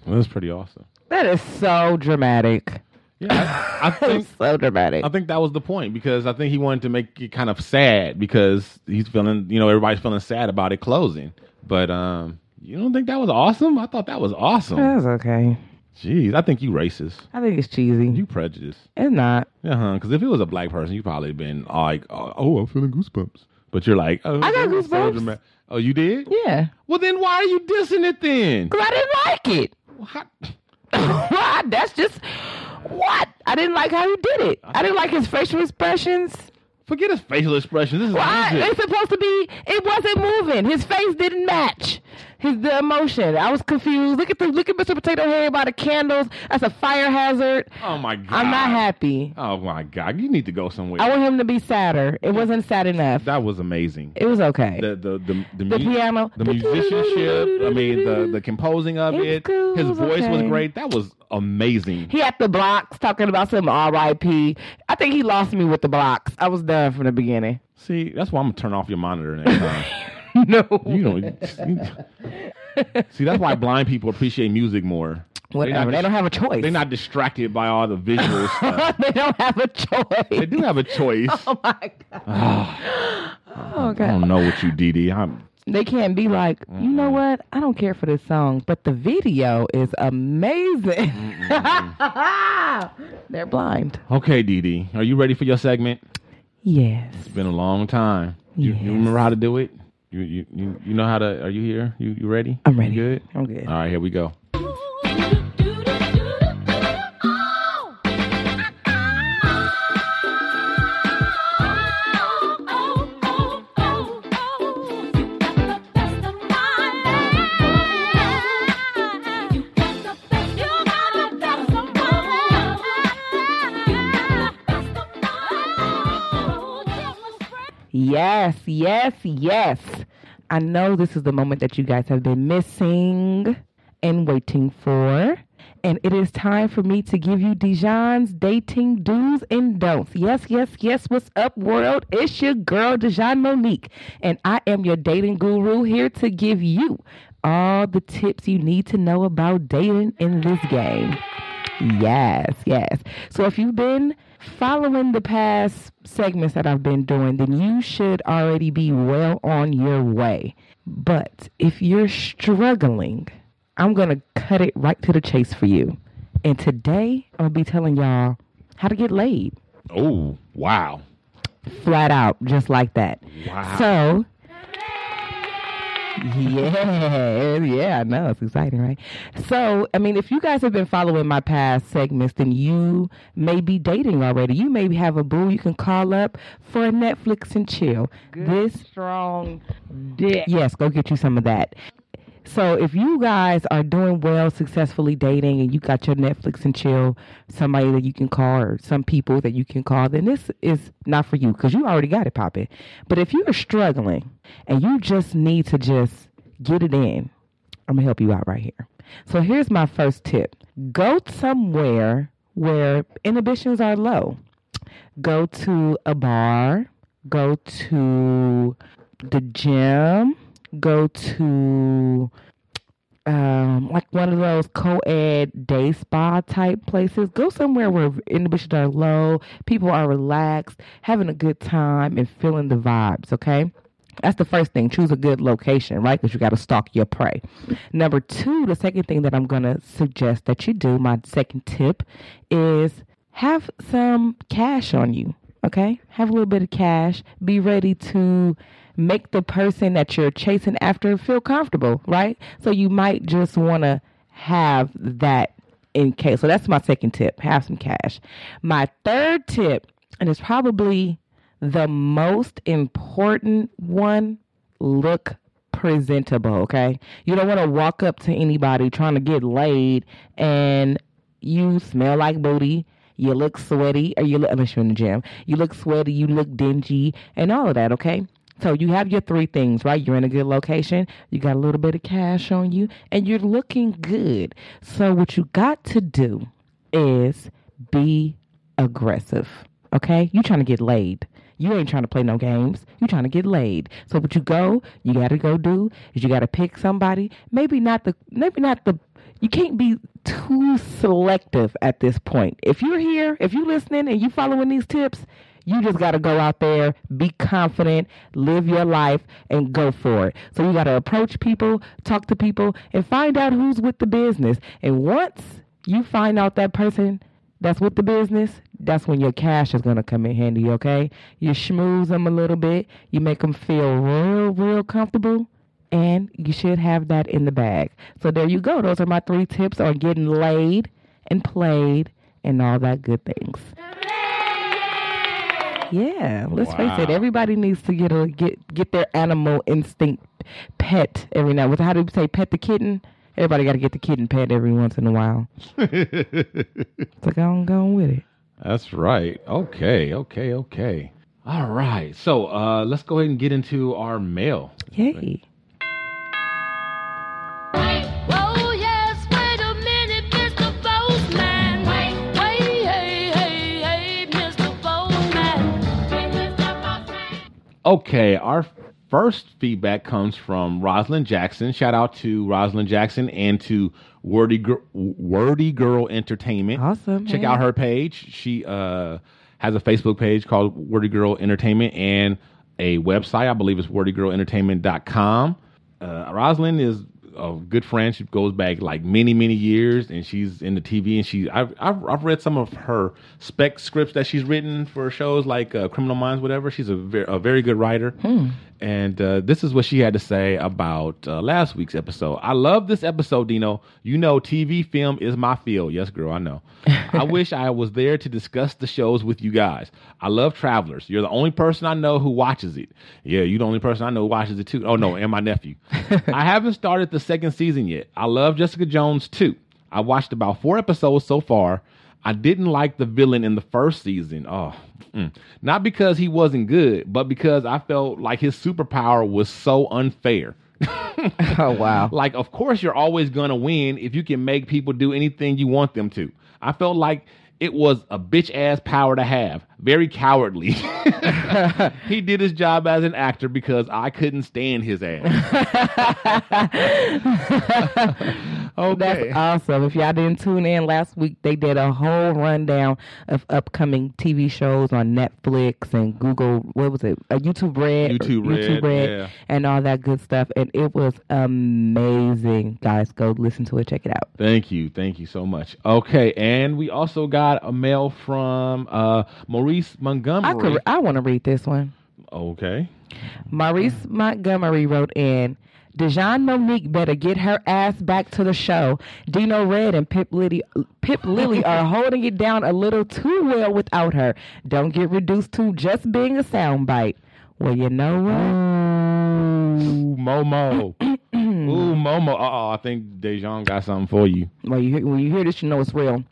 Well, that's pretty awesome. That is so dramatic. Yeah, I, I That is think so dramatic. I think that was the point because I think he wanted to make it kind of sad because he's feeling, you know, everybody's feeling sad about it closing. But um, you don't think that was awesome? I thought that was awesome. That's okay. Jeez, I think you racist. I think it's cheesy. You prejudiced. it's not. Uh huh. Because if it was a black person, you probably been like, oh, oh, I'm feeling goosebumps. But you're like, oh, I got that's so goosebumps. dramatic. Oh, you did? Yeah. Well, then why are you dissing it then? 'Cause I didn't like it. How- That's just what I didn't like how he did it. I didn't like his facial expressions. Forget his facial expression. This is Why? music. It's supposed to be. It wasn't moving. His face didn't match his the emotion. I was confused. Look at the look at Mr. Potato Head by the candles. That's a fire hazard. Oh my god. I'm not happy. Oh my god. You need to go somewhere. I want him to be sadder. It wasn't sad enough. that was amazing. It was okay. the the the the, The piano. the musicianship. I mean, the the composing of It was it. cool, His it was voice was okay. great. That was amazing. He had the blocks talking about some R.I.P. I think he lost me with the blocks. I was done from the beginning. See, that's why I'm gonna turn off your monitor next time. no. you don't. See, that's why blind people appreciate music more. Whatever. They don't have a choice. They're not distracted by all the visual stuff. they don't have a choice. They do have a choice. Oh my god. oh I god. don't know what you, DD. I'm They can't be like, you know what? I don't care for this song, but the video is amazing. They're blind. Okay, Dee Dee, are you ready for your segment? Yes. It's been a long time. You, Yes. you remember how to do it? You, you you you know how to? Are you here? You you ready? I'm You ready. good. I'm good. All right, here we go. Yes, yes, yes. I know this is the moment that you guys have been missing and waiting for. And it is time for me to give you Dijon's dating do's and don'ts. Yes, yes, yes. What's up, world? It's your girl, Dijon Monique. And I am your dating guru here to give you all the tips you need to know about dating in this game. Yes, yes. So if you've been following the past segments that I've been doing, then you should already be well on your way. But if you're struggling, I'm going to cut it right to the chase for you. And today, I'll be telling y'all how to get laid Oh wow! flat out, just like that. Wow. So, yeah, yeah, I know it's exciting, right? So, I mean, if you guys have been following my past segments, then you may be dating already. You may have a boo you can call up for a Netflix and chill. this strong dick. Yes, go get you some of that. So if you guys are doing well, successfully dating, and you got your Netflix and chill, somebody that you can call or some people that you can call, then this is not for you because you already got it popping. But if you are struggling and you just need to just get it in, I'm gonna help you out right here. So here's my first tip: go somewhere where inhibitions are low. Go to a bar. Go to the gym. Go to um, like one of those co-ed day spa type places. Go somewhere where inhibitions are low, people are relaxed, having a good time, and feeling the vibes. Okay, that's the first thing. Choose a good location, right? Because you got to stalk your prey. Number two, the second thing that I'm gonna suggest that you do, my second tip, is have some cash on you. Okay, have a little bit of cash. Be ready to make the person that you're chasing after feel comfortable, right? So you might just want to have that in case. So that's my second tip. Have some cash. My third tip, and it's probably the most important one, look presentable, okay? You don't want to walk up to anybody trying to get laid and you smell like booty. You look sweaty, or you look, unless you're in the gym, you look sweaty, you look dingy, and all of that, okay? So you have your three things, right? You're in a good location, you got a little bit of cash on you, and you're looking good. So what you got to do is be aggressive. Okay? You trying to get laid. You ain't trying to play no games. You trying to get laid. So what you go, you gotta go do is you gotta pick somebody. Maybe not the maybe not the you can't be too selective at this point. If you're here, if you're listening and you following these tips, you just got to go out there, be confident, live your life, and go for it. So you got to approach people, talk to people, and find out who's with the business. And once you find out that person that's with the business, that's when your cash is going to come in handy, okay? You schmooze them a little bit, you make them feel real, real comfortable, and you should have that in the bag. So there you go. Those are my three tips on getting laid and played and all that good things. Yeah, let's face it. Wow. Everybody needs to get a get get their animal instinct pet every now. How do we say pet the kitten? Everybody got to get the kitten pet every once in a while. So go on, go on with it. That's right. Okay, okay, okay. All right. So uh, let's go ahead and get into our mail. Yay! Oh yes, wait a minute, Mr. Postman. Wait, wait, hey, hey, hey, Mr. Postman. Wait, Mr. Postman. Okay, our first feedback comes from Rosalind Jackson. Shout out to Rosalind Jackson and to Wordy Girl, Wordy Girl Entertainment. Awesome, Check yeah. out her page. She uh, has a Facebook page called Wordy Girl Entertainment and a website. I believe it's wordygirlentertainment.com. Uh, Rosalind is a good friend. She goes back like many, many years, and she's in the TV. And she, I've, I've, I've read some of her spec scripts that she's written for shows like uh, Criminal Minds, whatever. She's a, ver- a very good writer. And uh, this is what she had to say about uh, last week's episode. I love this episode, Dino. You know, TV film is my field. Yes, girl, I know. I wish I was there to discuss the shows with you guys. I love Travelers. You're the only person I know who watches it. Yeah, you're the only person I know who watches it too. Oh, no, and my nephew. I haven't started the second season yet. I love Jessica Jones too. I watched about four episodes so far. I didn't like the villain in the first season. Oh, mm. not because he wasn't good, but because I felt like his superpower was so unfair. Oh wow! Like, of course, you're always going to win if you can make people do anything you want them to. I felt like it was a bitch ass power to have, very cowardly. he did his job as an actor because I couldn't stand his ass. That's awesome. If y'all didn't tune in last week, they did a whole rundown of upcoming TV shows on Netflix and Google. What was it? Uh, YouTube Red, or YouTube Red, yeah. and all that good stuff. And it was amazing, guys. Go listen to it. Check it out. Thank you. Thank you so much. Okay. And we also got a mail from uh, Maurice I Montgomery. could. I want to read this one. okay. Maurice Montgomery wrote in, Dejan Monique better get her ass back to the show. Dino Red and Pip Liddy, Pip Lily are holding it down a little too well without her. Don't get reduced to just being a soundbite. Well, you know what? Ooh, Momo. Ooh, Momo. Uh oh. I think Dejan got something for you. Well, you, hear- when you hear this, you know it's real.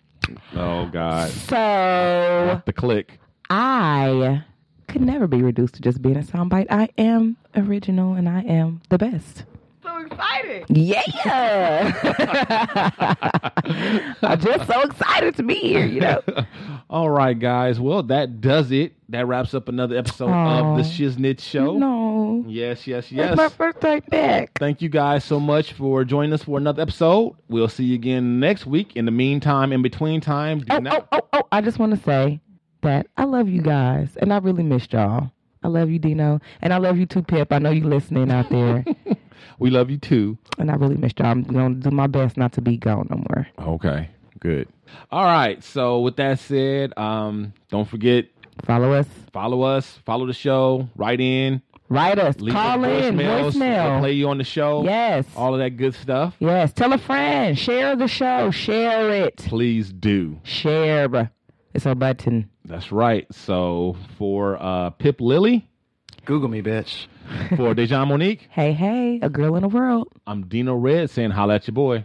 Oh, God. So The click. I could never be reduced to just being a soundbite. I am original and I am the best. So excited excited. Yeah. I'm just so excited to be here, you know. All right, guys. Well, that does it. That wraps up another episode of the Aw. Shiznit Show. No. Yes, yes, That's Oh. yes. my first day back. Thank you guys so much for joining us for another episode. We'll see you again next week. In the meantime, in between time, do not Oh, oh, I just want to say that I love you guys and I really missed y'all. I love you, Dino. And I love you too, Pip. I know you listening out there. oh. we love you too. And I really missed y'all. I'm going to do my best not to be gone no more. Okay. Good. All right. So with that said, um, don't forget follow us. Follow us. Follow the show. Write in. Write us. Leave Call your in. voicemails. Voicemail. We'll play you on the show. Yes. All of that good stuff. Yes. Tell a friend. Share the show. Share it. Please do. Share. It's a button. That's right. So for uh, Pip Lilly, Google me, bitch. For Dejan Monique, hey hey, a girl in the world. I'm Dino Red saying, "Holla at your boy."